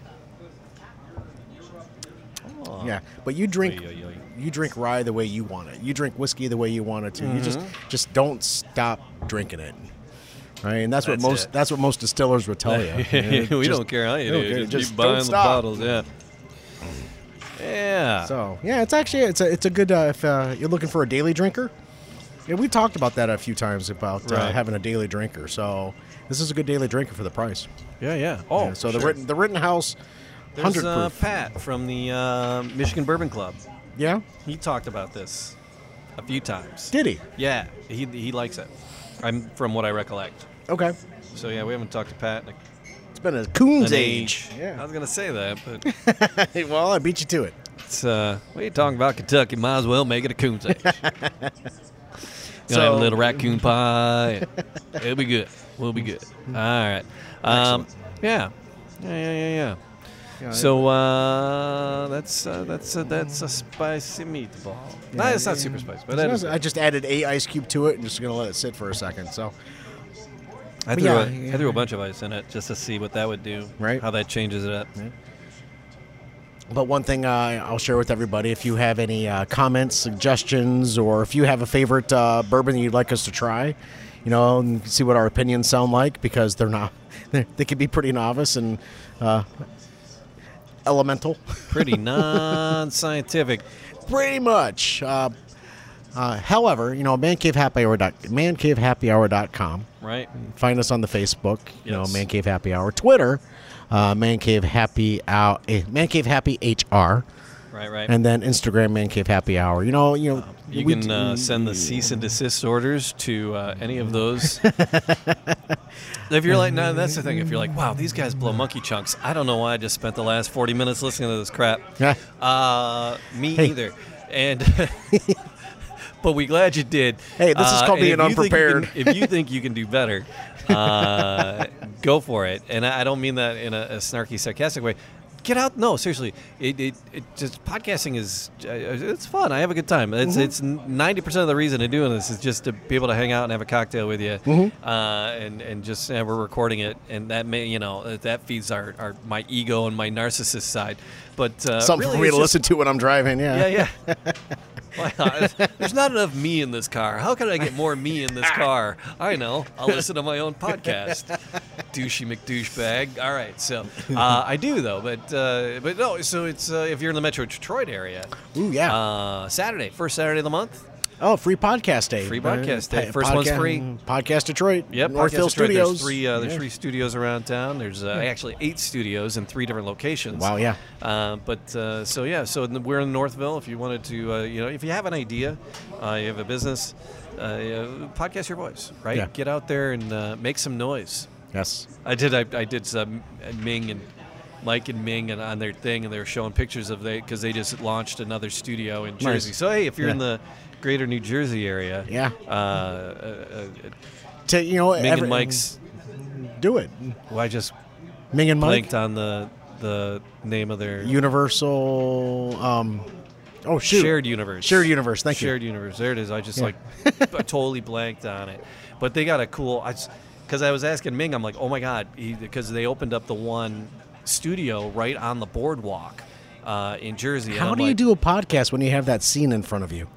[SPEAKER 2] Oh.
[SPEAKER 4] Yeah, but you drink
[SPEAKER 2] Oy, oy, oy.
[SPEAKER 4] you drink rye the way you want it. You drink whiskey the way you want it to. You just
[SPEAKER 2] Mm-hmm.
[SPEAKER 4] just don't stop drinking it. Right, and that's,
[SPEAKER 2] That's
[SPEAKER 4] what most
[SPEAKER 2] it.
[SPEAKER 4] that's what most distillers would tell you.
[SPEAKER 2] we
[SPEAKER 4] Just-
[SPEAKER 2] don't care how you
[SPEAKER 4] don't
[SPEAKER 2] do.
[SPEAKER 4] care,
[SPEAKER 2] Just,
[SPEAKER 4] just
[SPEAKER 2] keep
[SPEAKER 4] don't
[SPEAKER 2] buying the
[SPEAKER 4] stop.
[SPEAKER 2] bottles. Yeah. Yeah.
[SPEAKER 4] So yeah, it's actually it's a it's a good uh, if uh, you're looking for a daily drinker. Yeah, we talked about that a few times about uh,
[SPEAKER 2] Right.
[SPEAKER 4] having a daily drinker. So this is a good daily drinker for the price.
[SPEAKER 2] yeah. Yeah. Oh.
[SPEAKER 4] Yeah, so the
[SPEAKER 2] sure.
[SPEAKER 4] written the Rittenhouse,
[SPEAKER 2] There's
[SPEAKER 4] hundred
[SPEAKER 2] uh,
[SPEAKER 4] proof.
[SPEAKER 2] Pat from the uh, Michigan Bourbon Club.
[SPEAKER 4] yeah,
[SPEAKER 2] He talked about this a few times.
[SPEAKER 4] did he?
[SPEAKER 2] Yeah, he, he likes it. I'm from what I recollect.
[SPEAKER 4] Okay,
[SPEAKER 2] So yeah, we haven't talked to Pat in a-
[SPEAKER 4] it's been a coon's
[SPEAKER 2] an
[SPEAKER 4] age.
[SPEAKER 2] I
[SPEAKER 4] Yeah.
[SPEAKER 2] was gonna say that, but
[SPEAKER 4] Hey, well, I beat you to it.
[SPEAKER 2] it's uh, we ain't talking about Kentucky. Might as well make it a coon's age. Gonna have a
[SPEAKER 4] So-
[SPEAKER 2] little raccoon pie. and It'll be good. We'll be good. All
[SPEAKER 4] Mm-hmm.
[SPEAKER 2] right. Um, yeah. Yeah. Yeah. Yeah. Yeah.
[SPEAKER 4] Yeah,
[SPEAKER 2] So uh, that's uh, that's uh, that's a spicy meatball. no, it's not super spicy, but that is
[SPEAKER 4] I just added a ice cube to it and just gonna let it sit for a second. So
[SPEAKER 2] I
[SPEAKER 4] But
[SPEAKER 2] threw,
[SPEAKER 4] yeah,
[SPEAKER 2] a,
[SPEAKER 4] yeah.
[SPEAKER 2] I threw a bunch of ice in it just to see what that would do.
[SPEAKER 4] Right.
[SPEAKER 2] How that changes it up.
[SPEAKER 4] But one thing uh, I'll share with everybody if you have any uh, comments, suggestions, or if you have a favorite uh, bourbon that you'd like us to try, you know, and see what our opinions sound like because they're not, they're, they could be pretty novice. And uh, elemental.
[SPEAKER 2] Pretty non-scientific.
[SPEAKER 4] pretty much. Uh, uh, however, you know, mancavehappyhour dot mancavehappyhour.com.
[SPEAKER 2] Right.
[SPEAKER 4] Find us on the Facebook, you know,
[SPEAKER 2] Yes.
[SPEAKER 4] Man Cave Happy Hour, Twitter, uh, Man Cave Happy Hour, eh, Man Cave Happy HR,
[SPEAKER 2] Right. Right.
[SPEAKER 4] and then Instagram Man Cave Happy Hour. You know, you know,
[SPEAKER 2] you
[SPEAKER 4] we
[SPEAKER 2] can
[SPEAKER 4] d-
[SPEAKER 2] uh, send the cease and desist orders to uh, any of those. if you're like, no, that's the thing. If you're like, wow, these guys blow monkey chunks. I don't know why I just spent the last 40 minutes listening to this crap.
[SPEAKER 4] Yeah.
[SPEAKER 2] Uh, me
[SPEAKER 4] Hey.
[SPEAKER 2] either. And. But we glad you did.
[SPEAKER 4] Hey, this is
[SPEAKER 2] Uh, and
[SPEAKER 4] called being
[SPEAKER 2] if you think you can-
[SPEAKER 4] unprepared.
[SPEAKER 2] if you think you can do better, uh, go for it. And I I don't mean that in a, a snarky, sarcastic way. Get out. No, seriously. It, it, it just podcasting is uh, it's fun. I have a good time. It's
[SPEAKER 4] Mm-hmm.
[SPEAKER 2] it's ninety percent of the reason I'm doing this is just to be able to hang out and have a cocktail with you,
[SPEAKER 4] Mm-hmm.
[SPEAKER 2] uh, and and just uh, we're recording it, and that may you know that- that feeds our, our my ego and my narcissist side. But uh,
[SPEAKER 4] something
[SPEAKER 2] really
[SPEAKER 4] for me
[SPEAKER 2] it's
[SPEAKER 4] to
[SPEAKER 2] just-
[SPEAKER 4] listen to when I'm driving. Yeah.
[SPEAKER 2] yeah, yeah. Why not? There's not enough me in this car. How can I get more me in this car? I know. I'll listen to my own podcast. Douchey McDouchebag. All right, so uh, I do though, but uh, but no. So it's uh, if you're in the Metro Detroit area,
[SPEAKER 4] Ooh, yeah.
[SPEAKER 2] uh, Saturday, first Saturday of the month.
[SPEAKER 4] oh, free podcast day.
[SPEAKER 2] Free
[SPEAKER 4] Uh,
[SPEAKER 2] podcast day.
[SPEAKER 4] pa-
[SPEAKER 2] First one's
[SPEAKER 4] podcast-
[SPEAKER 2] free.
[SPEAKER 4] Podcast Detroit.
[SPEAKER 2] Yep,
[SPEAKER 4] North
[SPEAKER 2] Podcast
[SPEAKER 4] Hill
[SPEAKER 2] Detroit.
[SPEAKER 4] Studios.
[SPEAKER 2] There's three. Uh, there's
[SPEAKER 4] Yeah.
[SPEAKER 2] three studios around town. There's uh, actually eight studios in three different locations.
[SPEAKER 4] Wow, yeah.
[SPEAKER 2] Uh, but uh, so yeah, so in the- we're in Northville. If you wanted to, uh, you know, if you have an idea, uh, you have a business, uh, uh, podcast your voice. Right.
[SPEAKER 4] Yeah.
[SPEAKER 2] Get out there and uh, make some noise.
[SPEAKER 4] Yes.
[SPEAKER 2] I did. I, I did some Ming and Mike and Ming and on their thing, and they were showing pictures of they because they just launched another studio in Jersey. So hey, if you're in
[SPEAKER 4] Yeah.
[SPEAKER 2] the Greater New Jersey area,
[SPEAKER 4] Yeah.
[SPEAKER 2] uh, uh, uh,
[SPEAKER 4] To, you know,
[SPEAKER 2] Ming
[SPEAKER 4] every-
[SPEAKER 2] and Mike's.
[SPEAKER 4] do it.
[SPEAKER 2] Well, I just
[SPEAKER 4] Ming and Mike.
[SPEAKER 2] blanked on the the name of their
[SPEAKER 4] Universal. Um, oh shoot!
[SPEAKER 2] shared universe.
[SPEAKER 4] Shared universe. Thank
[SPEAKER 2] shared
[SPEAKER 4] you.
[SPEAKER 2] universe. There it is. I just like I totally blanked on it, but they got a cool. I because I was asking Ming, I'm like, oh my god, because they opened up the one studio right on the boardwalk uh, in Jersey. and
[SPEAKER 4] How
[SPEAKER 2] I'm
[SPEAKER 4] do you
[SPEAKER 2] like,
[SPEAKER 4] do a podcast when you have that scene in front of you?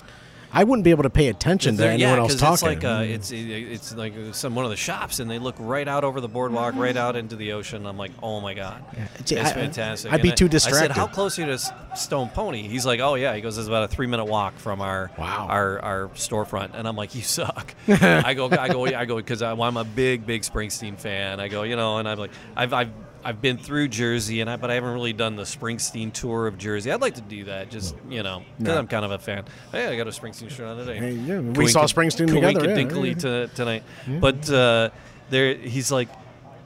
[SPEAKER 4] I wouldn't be able to pay attention to
[SPEAKER 2] There-
[SPEAKER 4] anyone
[SPEAKER 2] yeah,
[SPEAKER 4] else
[SPEAKER 2] 'cause
[SPEAKER 4] talking.
[SPEAKER 2] It's like uh, it's it's like some one of the shops, and they look right out over the boardwalk, right out into the ocean. I'm like, oh my god, it's
[SPEAKER 4] Gee, I-
[SPEAKER 2] fantastic.
[SPEAKER 4] I'd
[SPEAKER 2] And
[SPEAKER 4] be
[SPEAKER 2] I-
[SPEAKER 4] too
[SPEAKER 2] I said,
[SPEAKER 4] distracted.
[SPEAKER 2] how close are you to S- Stone Pony? He's like, oh yeah. He goes, it's about a three minute walk from our
[SPEAKER 4] Wow.
[SPEAKER 2] our our storefront, and I'm like, you suck. I go, I go, I go, because I'm a big, big Springsteen fan. I go, you know, and I'm like, I've I've I've been through Jersey, and I but I haven't really done the Springsteen tour of Jersey. I'd like to do that, just you know, because I'm kind of a fan. Hey, I got a Springsteen shirt on today.
[SPEAKER 4] Hey, yeah, we saw Springsteen together, yeah.
[SPEAKER 2] Dinkley tonight. But uh, there, he's like,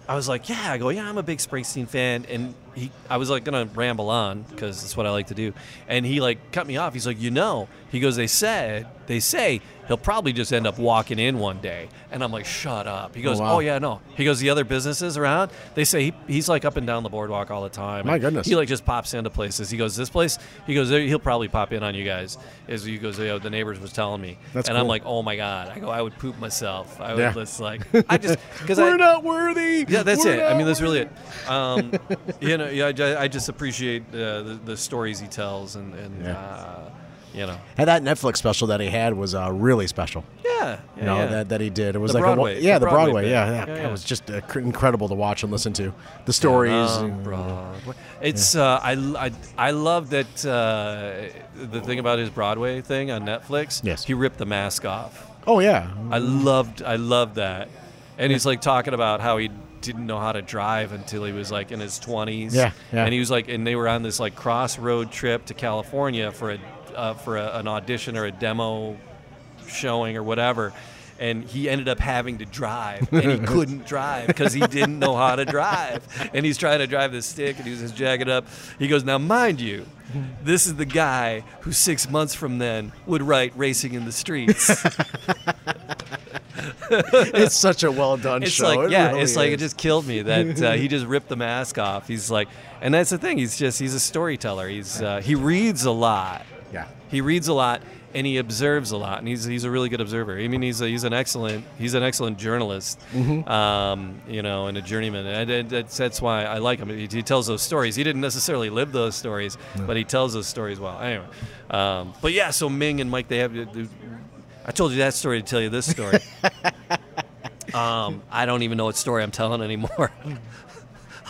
[SPEAKER 2] I was like, yeah. I go, yeah. I'm a big Springsteen fan, and he, I was like gonna ramble on because that's what I like to do, and he like cut me off. He's like, you know, he goes, they said, they say he'll probably just end up walking in one day, and I'm like, shut up. He goes,
[SPEAKER 4] wow.
[SPEAKER 2] oh yeah, no. He goes, the other businesses around, they say he, he's like up and down the boardwalk all the time.
[SPEAKER 4] My
[SPEAKER 2] And
[SPEAKER 4] goodness.
[SPEAKER 2] he like just pops into places. He goes, this place. He goes, he'll probably pop in on you guys. As he goes, "Yo, the neighbors was telling me,
[SPEAKER 4] That's
[SPEAKER 2] and I'm
[SPEAKER 4] cool.
[SPEAKER 2] like, oh my god. I go, I would poop myself. I would
[SPEAKER 4] Yeah.
[SPEAKER 2] just like, I just because
[SPEAKER 4] We're
[SPEAKER 2] I,
[SPEAKER 4] not worthy.
[SPEAKER 2] yeah, that's
[SPEAKER 4] We're
[SPEAKER 2] it. I
[SPEAKER 4] not
[SPEAKER 2] mean, that's really
[SPEAKER 4] worthy.
[SPEAKER 2] it. Um, you know, yeah, I, ju- I just appreciate uh, the, the stories he tells, and, and
[SPEAKER 4] Yeah.
[SPEAKER 2] uh, you know,
[SPEAKER 4] And that Netflix special that he had was uh, really special.
[SPEAKER 2] yeah, yeah,
[SPEAKER 4] You know,
[SPEAKER 2] yeah.
[SPEAKER 4] that that he did. It was
[SPEAKER 2] The
[SPEAKER 4] like a wa-
[SPEAKER 2] Broadway-
[SPEAKER 4] yeah,
[SPEAKER 2] the
[SPEAKER 4] the
[SPEAKER 2] Broadway
[SPEAKER 4] Broadway.
[SPEAKER 2] bit.
[SPEAKER 4] yeah, yeah,
[SPEAKER 2] Yeah,
[SPEAKER 4] That
[SPEAKER 2] yeah.
[SPEAKER 4] was just uh, cr- incredible to watch and listen to the stories.
[SPEAKER 2] Um, Broadway. It's uh, I, l- I I love that uh, the thing about his Broadway thing on Netflix.
[SPEAKER 4] Yes.
[SPEAKER 2] he ripped the mask off.
[SPEAKER 4] oh yeah,
[SPEAKER 2] I loved I loved that. And he's like talking about how he didn't know how to drive until he was like in his 20s.
[SPEAKER 4] Yeah, yeah.
[SPEAKER 2] And he was like and they were on this like crossroad trip to California for a uh, for a, an audition or a demo showing or whatever. And he ended up having to drive, and he couldn't drive because he didn't know how to drive. And he's trying to drive this stick, and he's just jacking up. He goes, "Now, mind you, this is the guy who six months from then would write "Racing in the Streets."
[SPEAKER 4] it's such a well done
[SPEAKER 2] it's
[SPEAKER 4] show.
[SPEAKER 2] like
[SPEAKER 4] It
[SPEAKER 2] yeah
[SPEAKER 4] really
[SPEAKER 2] it's like it
[SPEAKER 4] is.
[SPEAKER 2] just killed me that uh, he just ripped the mask off he's like and that's the thing he's just he's a storyteller he's uh, he reads a lot
[SPEAKER 4] yeah.
[SPEAKER 2] he reads a lot and he observes a lot and he's, he's a really good observer i mean he's, a, he's an excellent he's an excellent journalist
[SPEAKER 4] Mm-hmm.
[SPEAKER 2] um, you know and a journeyman and, and that's, that's why i like him he, he tells those stories he didn't necessarily live those stories but he tells those stories well anyway um, but yeah so ming and mike they have i told you that story to tell you this story um, i don't even know what story i'm telling anymore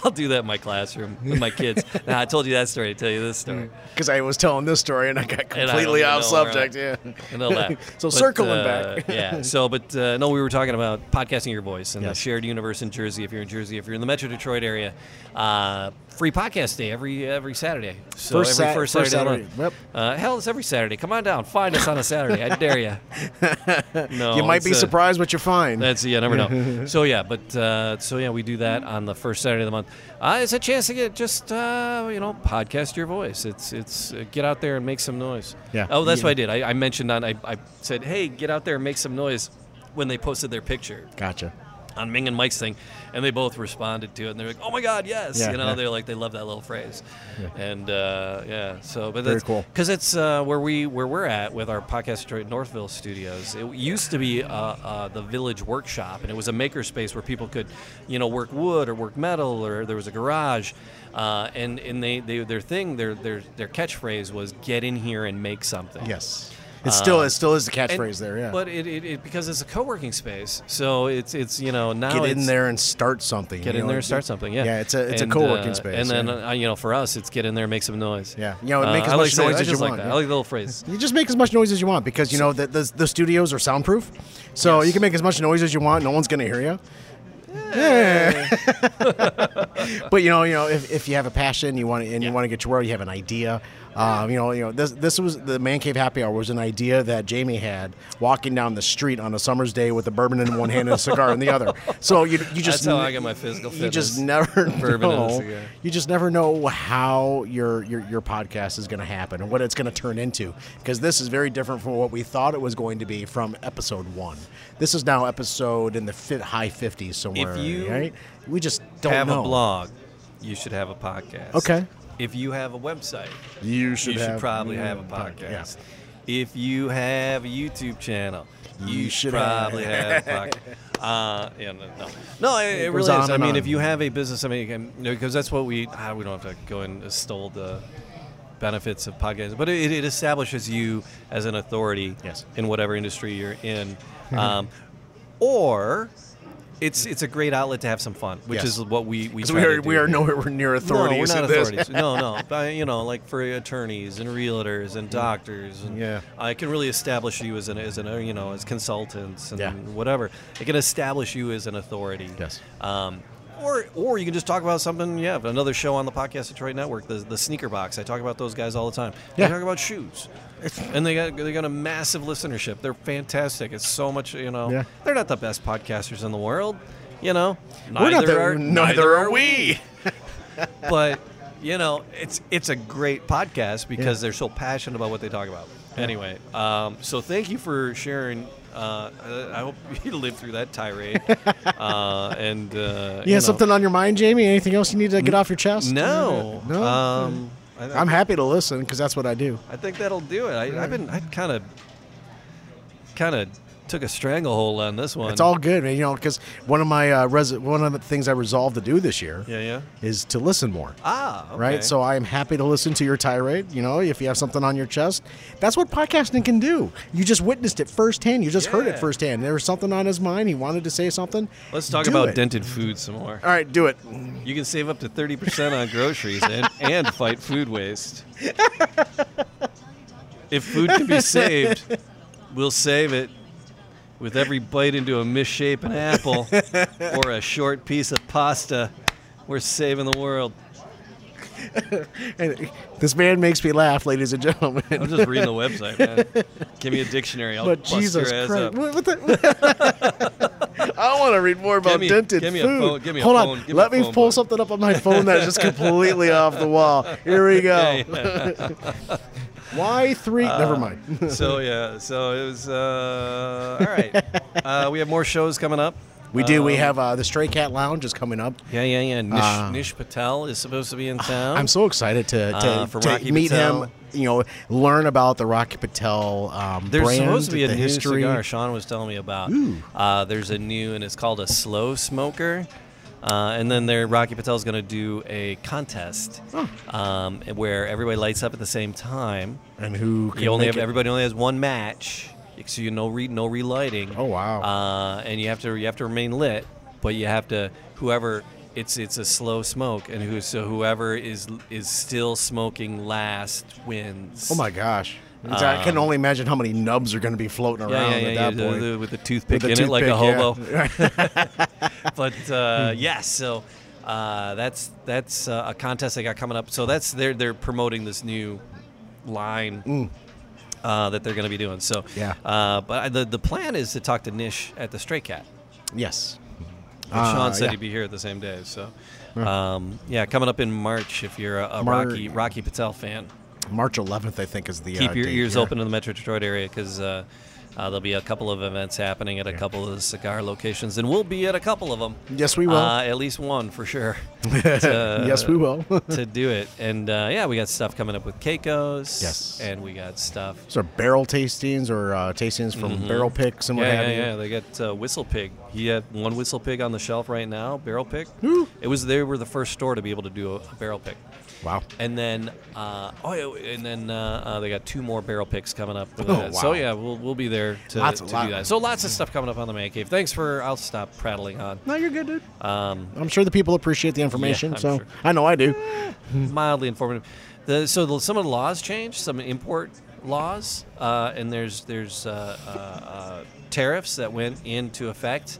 [SPEAKER 2] I'll do that in my classroom with my kids. now I told you that story. I tell you this story.
[SPEAKER 4] Because I was telling this story and I got
[SPEAKER 2] And I
[SPEAKER 4] completely
[SPEAKER 2] don't
[SPEAKER 4] off
[SPEAKER 2] know,
[SPEAKER 4] subject.
[SPEAKER 2] right?
[SPEAKER 4] Yeah.
[SPEAKER 2] And they'll laugh.
[SPEAKER 4] So circling
[SPEAKER 2] uh,
[SPEAKER 4] back.
[SPEAKER 2] yeah. So, but uh, no, we were talking about podcasting your voice and
[SPEAKER 4] Yes.
[SPEAKER 2] the shared universe in Jersey. If you're in Jersey, if you're in the Metro Detroit area, uh, free podcast day every every Saturday. So
[SPEAKER 4] First
[SPEAKER 2] every
[SPEAKER 4] Sat-
[SPEAKER 2] first
[SPEAKER 4] first
[SPEAKER 2] Saturday. of the
[SPEAKER 4] Saturday.
[SPEAKER 2] month. Uh, hell, it's every Saturday. Come on down. Find us on a Saturday. I dare you. No,
[SPEAKER 4] you might
[SPEAKER 2] it's,
[SPEAKER 4] be
[SPEAKER 2] uh,
[SPEAKER 4] surprised what you find.
[SPEAKER 2] That's yeah, never know. so yeah, but uh, so yeah, we do that on the first Saturday of the month. Uh, it's a chance to get just uh, you know podcast your voice. It's it's uh, get out there and make some noise.
[SPEAKER 4] Yeah.
[SPEAKER 2] Oh, that's
[SPEAKER 4] Yeah.
[SPEAKER 2] what I did. I, I mentioned on I, I said, hey, get out there and make some noise when they posted their picture
[SPEAKER 4] Gotcha.
[SPEAKER 2] on Ming and Mike's thing, and they both responded to it, and they're like, "Oh my God, yes!"
[SPEAKER 4] Yeah,
[SPEAKER 2] you know,
[SPEAKER 4] yeah.
[SPEAKER 2] they're like, they love that little phrase, and uh, yeah. So, but
[SPEAKER 4] Very
[SPEAKER 2] that's
[SPEAKER 4] cool.
[SPEAKER 2] because it's uh, where we where we're at with our podcast Detroit Northville studios. It used to be uh, uh, the Village Workshop, and it was a makerspace where people could, you know, work wood or work metal, or there was a garage. Uh, and and they, they their thing their their their catchphrase was get in here and make something.
[SPEAKER 4] Yes. It still it still is the
[SPEAKER 2] Uh, And-
[SPEAKER 4] catchphrase there. Yeah.
[SPEAKER 2] But it, it, it because it's a co-working space, so it's it's you know now
[SPEAKER 4] get in
[SPEAKER 2] it's-
[SPEAKER 4] there and start something.
[SPEAKER 2] get
[SPEAKER 4] you
[SPEAKER 2] in
[SPEAKER 4] know,
[SPEAKER 2] there
[SPEAKER 4] it-
[SPEAKER 2] and start something. Yeah,
[SPEAKER 4] Yeah. It's a it's
[SPEAKER 2] And,
[SPEAKER 4] a co-working
[SPEAKER 2] uh,
[SPEAKER 4] space.
[SPEAKER 2] And then
[SPEAKER 4] yeah.
[SPEAKER 2] uh, you know, for us, it's get in there, and make some noise. Uh,
[SPEAKER 4] Yeah. You know, and make as
[SPEAKER 2] I
[SPEAKER 4] much
[SPEAKER 2] like saying-
[SPEAKER 4] noise
[SPEAKER 2] I
[SPEAKER 4] as you
[SPEAKER 2] just like
[SPEAKER 4] want,
[SPEAKER 2] That.
[SPEAKER 4] yeah.
[SPEAKER 2] I like the little phrase.
[SPEAKER 4] You just make as much noise as you want because you know that the, the studios are soundproof, so you can make as much noise as you want. No one's gonna hear you. Yeah. but you know, you know, if, if you have a passion, you want to, and you want to get to where you have an idea. Um, you know, you know, this this was the man cave happy hour was an idea that Jamie had walking down the street on a summer's day with a bourbon in one hand and a cigar in the other. So you you just
[SPEAKER 2] That's how I
[SPEAKER 4] n-
[SPEAKER 2] get my physical
[SPEAKER 4] You just
[SPEAKER 2] fitness.
[SPEAKER 4] never
[SPEAKER 2] Bourbon and a
[SPEAKER 4] know
[SPEAKER 2] cigar.
[SPEAKER 4] you just never know how your your, your podcast is going to happen and what it's going to turn into because this is very different from what we thought it was going to be from episode one. This is now episode in the fit high fifties somewhere.
[SPEAKER 2] If you
[SPEAKER 4] right? We just don't
[SPEAKER 2] have
[SPEAKER 4] know.
[SPEAKER 2] a blog, you should have a podcast.
[SPEAKER 4] Okay.
[SPEAKER 2] If you have a website,
[SPEAKER 4] You should
[SPEAKER 2] you should
[SPEAKER 4] have-
[SPEAKER 2] probably
[SPEAKER 4] yeah,
[SPEAKER 2] have a
[SPEAKER 4] pod- yeah.
[SPEAKER 2] podcast. If you have a YouTube channel, you,
[SPEAKER 4] You
[SPEAKER 2] should
[SPEAKER 4] should
[SPEAKER 2] probably have. a podcast. Uh, yeah, no, no, no, it, it really
[SPEAKER 4] goes
[SPEAKER 2] is.
[SPEAKER 4] on
[SPEAKER 2] I
[SPEAKER 4] and
[SPEAKER 2] mean,
[SPEAKER 4] on.
[SPEAKER 2] if you have a business, I mean, you can- you know, because that's what we ah, we don't have to go and stole the benefits of podcasts, but it, it establishes you as an authority
[SPEAKER 4] Yes. Mm-hmm.
[SPEAKER 2] in whatever industry you're in, um, or. It's, it's a great outlet to have some fun, which
[SPEAKER 4] Yes.
[SPEAKER 2] is what we we,
[SPEAKER 4] 'Cause we
[SPEAKER 2] try
[SPEAKER 4] are
[SPEAKER 2] to do
[SPEAKER 4] we are
[SPEAKER 2] here.
[SPEAKER 4] nowhere near authorities.
[SPEAKER 2] No, we're
[SPEAKER 4] in
[SPEAKER 2] not
[SPEAKER 4] this.
[SPEAKER 2] authorities. no, no. But, you know, like for attorneys and realtors and doctors, and
[SPEAKER 4] Mm. Yeah.
[SPEAKER 2] I can really establish you as an as an uh, you know as consultants and
[SPEAKER 4] Yeah.
[SPEAKER 2] whatever. It can establish you as an authority.
[SPEAKER 4] Yes.
[SPEAKER 2] Um, or, or you can just talk about something. Yeah, another show on the podcast Detroit Network, the the Sneaker Box. I talk about those guys all the time. They
[SPEAKER 4] Yeah.
[SPEAKER 2] talk about shoes, and they got they got a massive listenership. They're fantastic. It's so much you know.
[SPEAKER 4] Yeah.
[SPEAKER 2] They're not the best podcasters in the world, you know.
[SPEAKER 4] We're not
[SPEAKER 2] Neither
[SPEAKER 4] the-
[SPEAKER 2] are-
[SPEAKER 4] neither are we.
[SPEAKER 2] but you know, it's it's a great podcast because they're so passionate about what they talk about. Anyway, um, so thank you for sharing. Uh, uh, I hope you lived through that tirade. uh, and uh,
[SPEAKER 4] You
[SPEAKER 2] know.
[SPEAKER 4] have something on your mind, Jamie? Anything else you need to get off your chest?
[SPEAKER 2] No,
[SPEAKER 4] no.
[SPEAKER 2] Um, I,
[SPEAKER 4] I'm happy to listen because that's what I do.
[SPEAKER 2] I think that'll do it. I, I've been I kind of kind of took a stranglehold on this one.
[SPEAKER 4] It's all good, man. You know, because one of my uh, res- one of the things I resolved to do this year
[SPEAKER 2] yeah, yeah.
[SPEAKER 4] is to listen more.
[SPEAKER 2] Ah, okay.
[SPEAKER 4] right? So I am happy to listen to your tirade. You know, if you have something on your chest, that's what podcasting can do. You just witnessed it firsthand. You just heard it
[SPEAKER 2] Yeah.
[SPEAKER 4] firsthand. There was something on his mind. He wanted to say something.
[SPEAKER 2] let's talk
[SPEAKER 4] Do
[SPEAKER 2] about
[SPEAKER 4] it.
[SPEAKER 2] dented food some more.
[SPEAKER 4] All right, do it.
[SPEAKER 2] You can save up to 30% on groceries and, and fight food waste. If food can be saved, we'll save it with every bite into a misshapen apple or a short piece of pasta. We're saving the world.
[SPEAKER 4] And this man makes me laugh, ladies and
[SPEAKER 2] I'm
[SPEAKER 4] gentlemen.
[SPEAKER 2] just reading the website, man. Give me a dictionary. I'll
[SPEAKER 4] But
[SPEAKER 2] bust
[SPEAKER 4] Jesus
[SPEAKER 2] your ass
[SPEAKER 4] Christ!
[SPEAKER 2] up.
[SPEAKER 4] What, what the? I want to read more about
[SPEAKER 2] me-
[SPEAKER 4] dented
[SPEAKER 2] give me a
[SPEAKER 4] food.
[SPEAKER 2] phone- give me a
[SPEAKER 4] Hold
[SPEAKER 2] phone-
[SPEAKER 4] on,
[SPEAKER 2] give me
[SPEAKER 4] let
[SPEAKER 2] a
[SPEAKER 4] me,
[SPEAKER 2] phone
[SPEAKER 4] pull
[SPEAKER 2] book.
[SPEAKER 4] something up on my phone that's just completely off the wall. Here we go.
[SPEAKER 2] Yeah, Uh, yeah.
[SPEAKER 4] Why three? Never mind.
[SPEAKER 2] so yeah, so it was uh, all right. Uh, we have more shows coming up.
[SPEAKER 4] We do. we
[SPEAKER 2] Um,
[SPEAKER 4] have uh, the Stray Cat Lounge is coming up.
[SPEAKER 2] Yeah, yeah, yeah. Nish,
[SPEAKER 4] Uh,
[SPEAKER 2] Nish Patel is supposed to be in town.
[SPEAKER 4] I'm so excited to, to,
[SPEAKER 2] Uh, for
[SPEAKER 4] to
[SPEAKER 2] Rocky
[SPEAKER 4] meet
[SPEAKER 2] Patel.
[SPEAKER 4] him. You know, learn about the Rocky Patel um,
[SPEAKER 2] There's
[SPEAKER 4] brand,
[SPEAKER 2] supposed to be a
[SPEAKER 4] the
[SPEAKER 2] new
[SPEAKER 4] history.
[SPEAKER 2] cigar Sean was telling me about. Uh, there's a new, and it's called a slow smoker. Uh, and then there, Rocky Patel's going to do a contest um, where everybody lights up at the same time.
[SPEAKER 4] and who can
[SPEAKER 2] You only
[SPEAKER 4] make
[SPEAKER 2] have
[SPEAKER 4] it-
[SPEAKER 2] everybody only has one match, so you no re, no relighting.
[SPEAKER 4] Oh, wow.
[SPEAKER 2] Uh, and you have to you have to remain lit, but you have to whoever it's it's a slow smoke, and who so whoever is is still smoking last wins.
[SPEAKER 4] Oh my gosh. It's- I can only imagine how many nubs are going to be floating
[SPEAKER 2] Um, Yeah,
[SPEAKER 4] around
[SPEAKER 2] yeah, yeah,
[SPEAKER 4] at
[SPEAKER 2] yeah,
[SPEAKER 4] that
[SPEAKER 2] the-
[SPEAKER 4] point.
[SPEAKER 2] the- with a toothpick
[SPEAKER 4] With
[SPEAKER 2] in
[SPEAKER 4] the
[SPEAKER 2] it, like a
[SPEAKER 4] toothpick, yeah.
[SPEAKER 2] hobo. but uh, yeah, so uh, that's that's uh, a contest they got coming up. So that's they're they're promoting this new line uh, that they're going to be doing. So
[SPEAKER 4] Mm. Yeah.
[SPEAKER 2] uh, but I, the the plan is to talk to Nish at the Stray Cat.
[SPEAKER 4] Yes.
[SPEAKER 2] And Sean said
[SPEAKER 4] Ah, yeah.
[SPEAKER 2] he'd be here the same day. So um, yeah, coming up in March if you're a, a
[SPEAKER 4] Mar-
[SPEAKER 2] Rocky Rocky Patel fan.
[SPEAKER 4] March 11th, I think, is the
[SPEAKER 2] keep
[SPEAKER 4] uh,
[SPEAKER 2] your
[SPEAKER 4] date
[SPEAKER 2] ears
[SPEAKER 4] here.
[SPEAKER 2] open in the Metro Detroit area because uh, uh, there'll be a couple of events happening at a couple of the cigar locations, and we'll be at a couple of them.
[SPEAKER 4] Yes, we will.
[SPEAKER 2] Uh, at least one for sure. to,
[SPEAKER 4] yes, we will.
[SPEAKER 2] to do it, and uh, yeah, we got stuff coming up with Keikos.
[SPEAKER 4] Yes.
[SPEAKER 2] and we got stuff.
[SPEAKER 4] so barrel tastings or uh, tastings from barrel picks and what
[SPEAKER 2] Mm-hmm. Yeah,
[SPEAKER 4] have
[SPEAKER 2] yeah,
[SPEAKER 4] you.
[SPEAKER 2] yeah. They got uh, Whistle Pig. He had one Whistle Pig on the shelf right now. Barrel Pick.
[SPEAKER 4] Woo.
[SPEAKER 2] It was they were the first store to be able to do a, a barrel pick.
[SPEAKER 4] Wow.
[SPEAKER 2] And then, uh, oh yeah, and then uh, uh, they got two more barrel picks coming up. With
[SPEAKER 4] Oh,
[SPEAKER 2] that. So
[SPEAKER 4] wow.
[SPEAKER 2] yeah, we'll, we'll be there to,
[SPEAKER 4] Lots-
[SPEAKER 2] to
[SPEAKER 4] lot-
[SPEAKER 2] do that. So lots of stuff coming up on the man cave. Thanks for. I'll stop prattling on.
[SPEAKER 4] No, you're good, dude.
[SPEAKER 2] Um,
[SPEAKER 4] I'm sure the people appreciate the information.
[SPEAKER 2] I'm
[SPEAKER 4] so
[SPEAKER 2] sure.
[SPEAKER 4] I know I do. Mm-hmm.
[SPEAKER 2] mildly informative. The, so the, some of the laws changed, some import laws, uh, and there's there's uh, uh, uh, tariffs that went into effect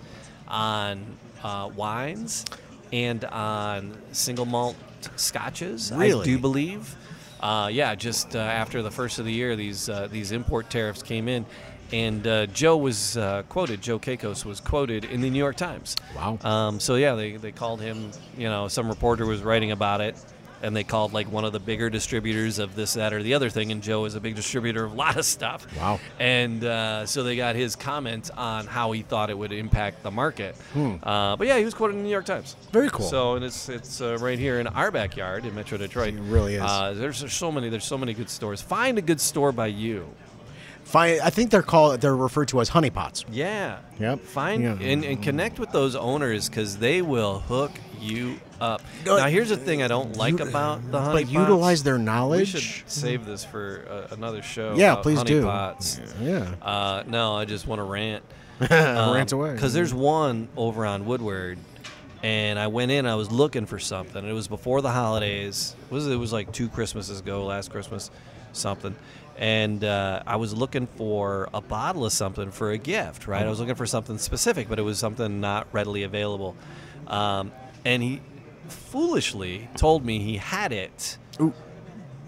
[SPEAKER 2] on uh, wines and on single malt scotches. I
[SPEAKER 4] Really?
[SPEAKER 2] do believe. Uh, yeah, just uh, after the first of the year, these uh, these import tariffs came in. And uh, Joe was uh, quoted. Joe Keikos was quoted in the New York Times.
[SPEAKER 4] Wow.
[SPEAKER 2] Um, so yeah, they, they called him. You know, some reporter was writing about it, and they called like one of the bigger distributors of this, that, or the other thing. And Joe is a big distributor of a lot of stuff.
[SPEAKER 4] Wow.
[SPEAKER 2] And uh, so they got his comment on how he thought it would impact the market.
[SPEAKER 4] Hmm.
[SPEAKER 2] Uh, but yeah, he was quoted in the New York Times.
[SPEAKER 4] Very cool.
[SPEAKER 2] So and it's it's uh, right here in our backyard in Metro Detroit.
[SPEAKER 4] It really is.
[SPEAKER 2] Uh, there's, there's so many there's so many good stores. Find a good store by you.
[SPEAKER 4] Fine. I think they're called. They're referred to as honeypots.
[SPEAKER 2] Yeah.
[SPEAKER 4] Yep.
[SPEAKER 2] Find
[SPEAKER 4] Yeah.
[SPEAKER 2] and, and connect with those owners because they will hook you up.
[SPEAKER 4] No,
[SPEAKER 2] now, here's the thing I don't like
[SPEAKER 4] ut-
[SPEAKER 2] about the honey
[SPEAKER 4] but utilize their
[SPEAKER 2] We
[SPEAKER 4] knowledge.
[SPEAKER 2] should save this for uh, another show.
[SPEAKER 4] Yeah,
[SPEAKER 2] about
[SPEAKER 4] please
[SPEAKER 2] honey
[SPEAKER 4] do.
[SPEAKER 2] Pots.
[SPEAKER 4] Yeah.
[SPEAKER 2] Uh, no, I just want to rant.
[SPEAKER 4] Rant away.
[SPEAKER 2] Because there's one over on Woodward, and I went in. I was looking for something. and It was before the holidays. It was it was like two Christmases ago, last Christmas, something. And uh, I was looking for a bottle of something for a gift, right? I was looking for something specific, but it was something not readily available. Um, and he foolishly told me he had it,
[SPEAKER 4] Ooh.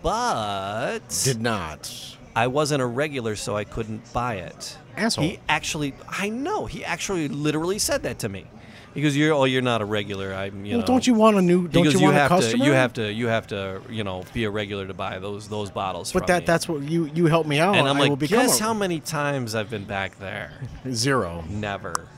[SPEAKER 2] but
[SPEAKER 4] Did not.
[SPEAKER 2] I wasn't a regular, so I couldn't buy it.
[SPEAKER 4] Asshole.
[SPEAKER 2] He actually, I know. He actually literally said that to me. He goes, "You're oh, you're not a regular. I'm you
[SPEAKER 4] Well,
[SPEAKER 2] know."
[SPEAKER 4] don't you want a new?
[SPEAKER 2] He
[SPEAKER 4] Don't
[SPEAKER 2] goes,
[SPEAKER 4] you want a
[SPEAKER 2] have
[SPEAKER 4] customer?
[SPEAKER 2] To, you have to you have to you know be a regular to buy those those bottles.
[SPEAKER 4] But
[SPEAKER 2] from
[SPEAKER 4] that
[SPEAKER 2] me."
[SPEAKER 4] that's what you you help me out.
[SPEAKER 2] and I'm
[SPEAKER 4] I will
[SPEAKER 2] like,
[SPEAKER 4] become
[SPEAKER 2] guess
[SPEAKER 4] a-
[SPEAKER 2] how many times I've been back there?
[SPEAKER 4] zero.
[SPEAKER 2] Never.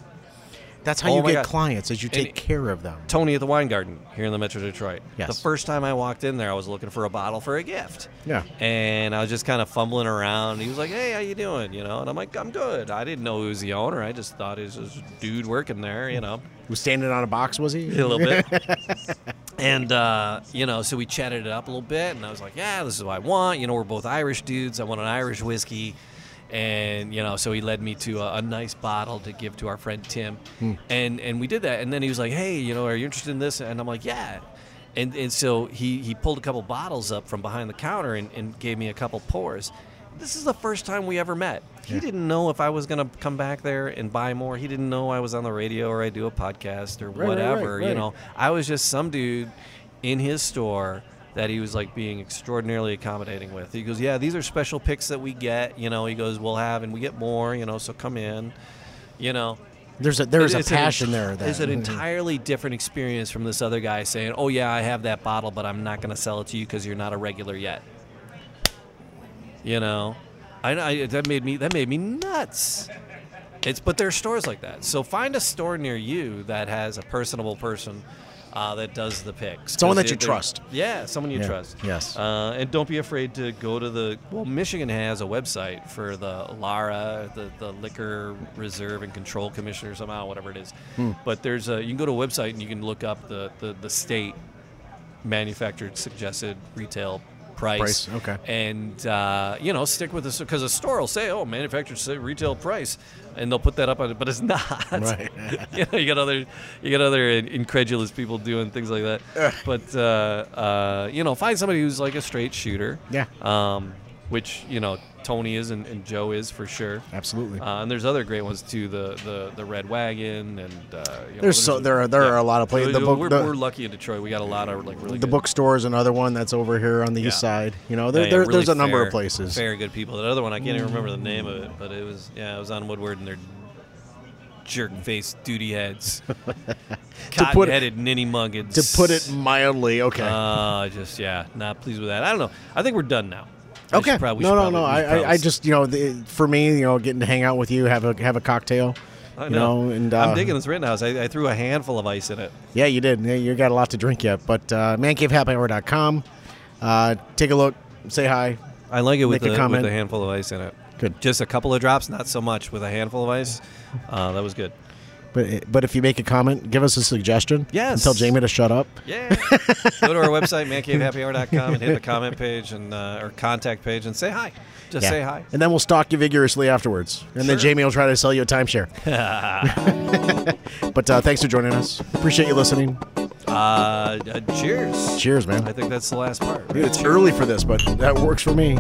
[SPEAKER 4] That's how
[SPEAKER 2] Oh
[SPEAKER 4] you
[SPEAKER 2] my
[SPEAKER 4] get
[SPEAKER 2] God.
[SPEAKER 4] clients is you take
[SPEAKER 2] And-
[SPEAKER 4] care of them.
[SPEAKER 2] Tony at the Wine Garden here in the Metro Detroit.
[SPEAKER 4] Yes.
[SPEAKER 2] The first time I walked in there, I was looking for a bottle for a gift.
[SPEAKER 4] Yeah.
[SPEAKER 2] And I was just kind of fumbling around. He was like, "Hey, how you doing?" You know, and I'm like, "I'm good." I didn't know he was the owner. I just thought he was just a dude working there. You know,
[SPEAKER 4] Was standing on a box? Was he?
[SPEAKER 2] a little bit. and uh, you know, so we chatted it up a little bit, and I was like, "Yeah, this is what I want." You know, we're both Irish dudes. I want an Irish whiskey. And you know, so he led me to a, a nice bottle to give to our friend Tim,
[SPEAKER 4] Hmm.
[SPEAKER 2] and and we did that. And then he was like, "Hey, you know, are you interested in this?" And I'm like, "Yeah." And and so he he pulled a couple bottles up from behind the counter and, and gave me a couple pours. This is the first time we ever met. He didn't know if I was gonna come back there and buy more. He didn't know I was on the radio or I do a podcast or
[SPEAKER 4] right, right,
[SPEAKER 2] whatever. You
[SPEAKER 4] right.
[SPEAKER 2] know, I was just some dude in his store that he was like being extraordinarily accommodating with. He goes, "Yeah, these are special picks that we get." You know, he goes, "We'll have and we get more." You know, so come in. You know,
[SPEAKER 4] There's a there's a
[SPEAKER 2] It's an
[SPEAKER 4] passion
[SPEAKER 2] ent-
[SPEAKER 4] there. That, Mm-hmm.
[SPEAKER 2] There's an entirely different experience from this other guy saying, "Oh yeah, I have that bottle, but I'm not going to sell it to you because you're not a regular yet." You know, I, I that made me that made me nuts. It's but there are stores like that. So find a store near you that has a personable person uh, that does the picks.
[SPEAKER 4] Someone
[SPEAKER 2] 'Cause
[SPEAKER 4] that you
[SPEAKER 2] they- they-
[SPEAKER 4] trust.
[SPEAKER 2] Yeah, someone you
[SPEAKER 4] Yeah,
[SPEAKER 2] trust.
[SPEAKER 4] yes.
[SPEAKER 2] Uh, and don't be afraid to go to the. Well, Michigan has a website for the LARA, the, the Liquor Reserve and Control Commission, or somehow whatever it is.
[SPEAKER 4] Hmm.
[SPEAKER 2] But there's a. You can go to a website and you can look up the the, the state manufactured suggested retail price.
[SPEAKER 4] Price, okay.
[SPEAKER 2] And uh, you know, stick with this because a store will say, "Oh, manufacturer say retail price," and they'll put that up on it, but it's not.
[SPEAKER 4] Right.
[SPEAKER 2] you know, you got other, you got other in- incredulous people doing things like that. but uh, uh, you know, find somebody who's like a straight shooter.
[SPEAKER 4] Yeah.
[SPEAKER 2] Um, which you know Tony is and, and Joe is for sure.
[SPEAKER 4] Absolutely.
[SPEAKER 2] Uh, and there's other great ones too, the the, the Red Wagon and uh, you know,
[SPEAKER 4] There's so- there are- there are a lot of pla- the
[SPEAKER 2] We're,
[SPEAKER 4] book-
[SPEAKER 2] we're,
[SPEAKER 4] the-
[SPEAKER 2] we're lucky in Detroit. We got a lot of like really
[SPEAKER 4] the
[SPEAKER 2] good-
[SPEAKER 4] bookstore is another one that's over here on the east
[SPEAKER 2] Yeah.
[SPEAKER 4] side. You know,
[SPEAKER 2] Yeah,
[SPEAKER 4] there,
[SPEAKER 2] yeah,
[SPEAKER 4] there,
[SPEAKER 2] really
[SPEAKER 4] there's a number
[SPEAKER 2] fair-
[SPEAKER 4] of places. Mm.
[SPEAKER 2] Very good people. That other one I can't even remember the name of it, but it was yeah, it was on Woodward and their jerk faced duty heads, cotton headed ninny muggins.
[SPEAKER 4] To put it mildly, okay.
[SPEAKER 2] uh, just yeah, not pleased with that. I don't know. I think we're done now. I
[SPEAKER 4] Okay.
[SPEAKER 2] should probably- we
[SPEAKER 4] no,
[SPEAKER 2] should probably-
[SPEAKER 4] no, no.
[SPEAKER 2] we
[SPEAKER 4] I,
[SPEAKER 2] should
[SPEAKER 4] I, I
[SPEAKER 2] probably-
[SPEAKER 4] just, you know, the, for me, you know, getting to hang out with you, have a have a cocktail,
[SPEAKER 2] I
[SPEAKER 4] you know, and uh,
[SPEAKER 2] I'm digging this Rittenhouse. I, I threw a handful of ice in it.
[SPEAKER 4] Yeah, you did. Yeah, You got a lot to drink yet, but uh, mancavehappyhour.com. Uh, take a look, say hi.
[SPEAKER 2] I like it with,
[SPEAKER 4] Make a
[SPEAKER 2] the, with
[SPEAKER 4] comment.
[SPEAKER 2] a handful of ice in it.
[SPEAKER 4] Good.
[SPEAKER 2] Just a couple of drops, not so much with a handful of ice. Uh, that was good.
[SPEAKER 4] But but if you make a comment, give us a suggestion.
[SPEAKER 2] Yes.
[SPEAKER 4] And tell Jamie to shut up.
[SPEAKER 2] Yeah. Go to our website, mancavehappyhour.com, and hit the comment page and uh, or contact page and say hi. Just say hi.
[SPEAKER 4] And then we'll stalk you vigorously afterwards. And then
[SPEAKER 2] Sure.
[SPEAKER 4] Jamie will try to sell you a timeshare. but uh, thanks for joining us. Appreciate you listening.
[SPEAKER 2] Uh, uh, cheers.
[SPEAKER 4] Cheers,
[SPEAKER 2] I
[SPEAKER 4] man.
[SPEAKER 2] think that's the last part.
[SPEAKER 4] Dude, it's early for this, but that works for me.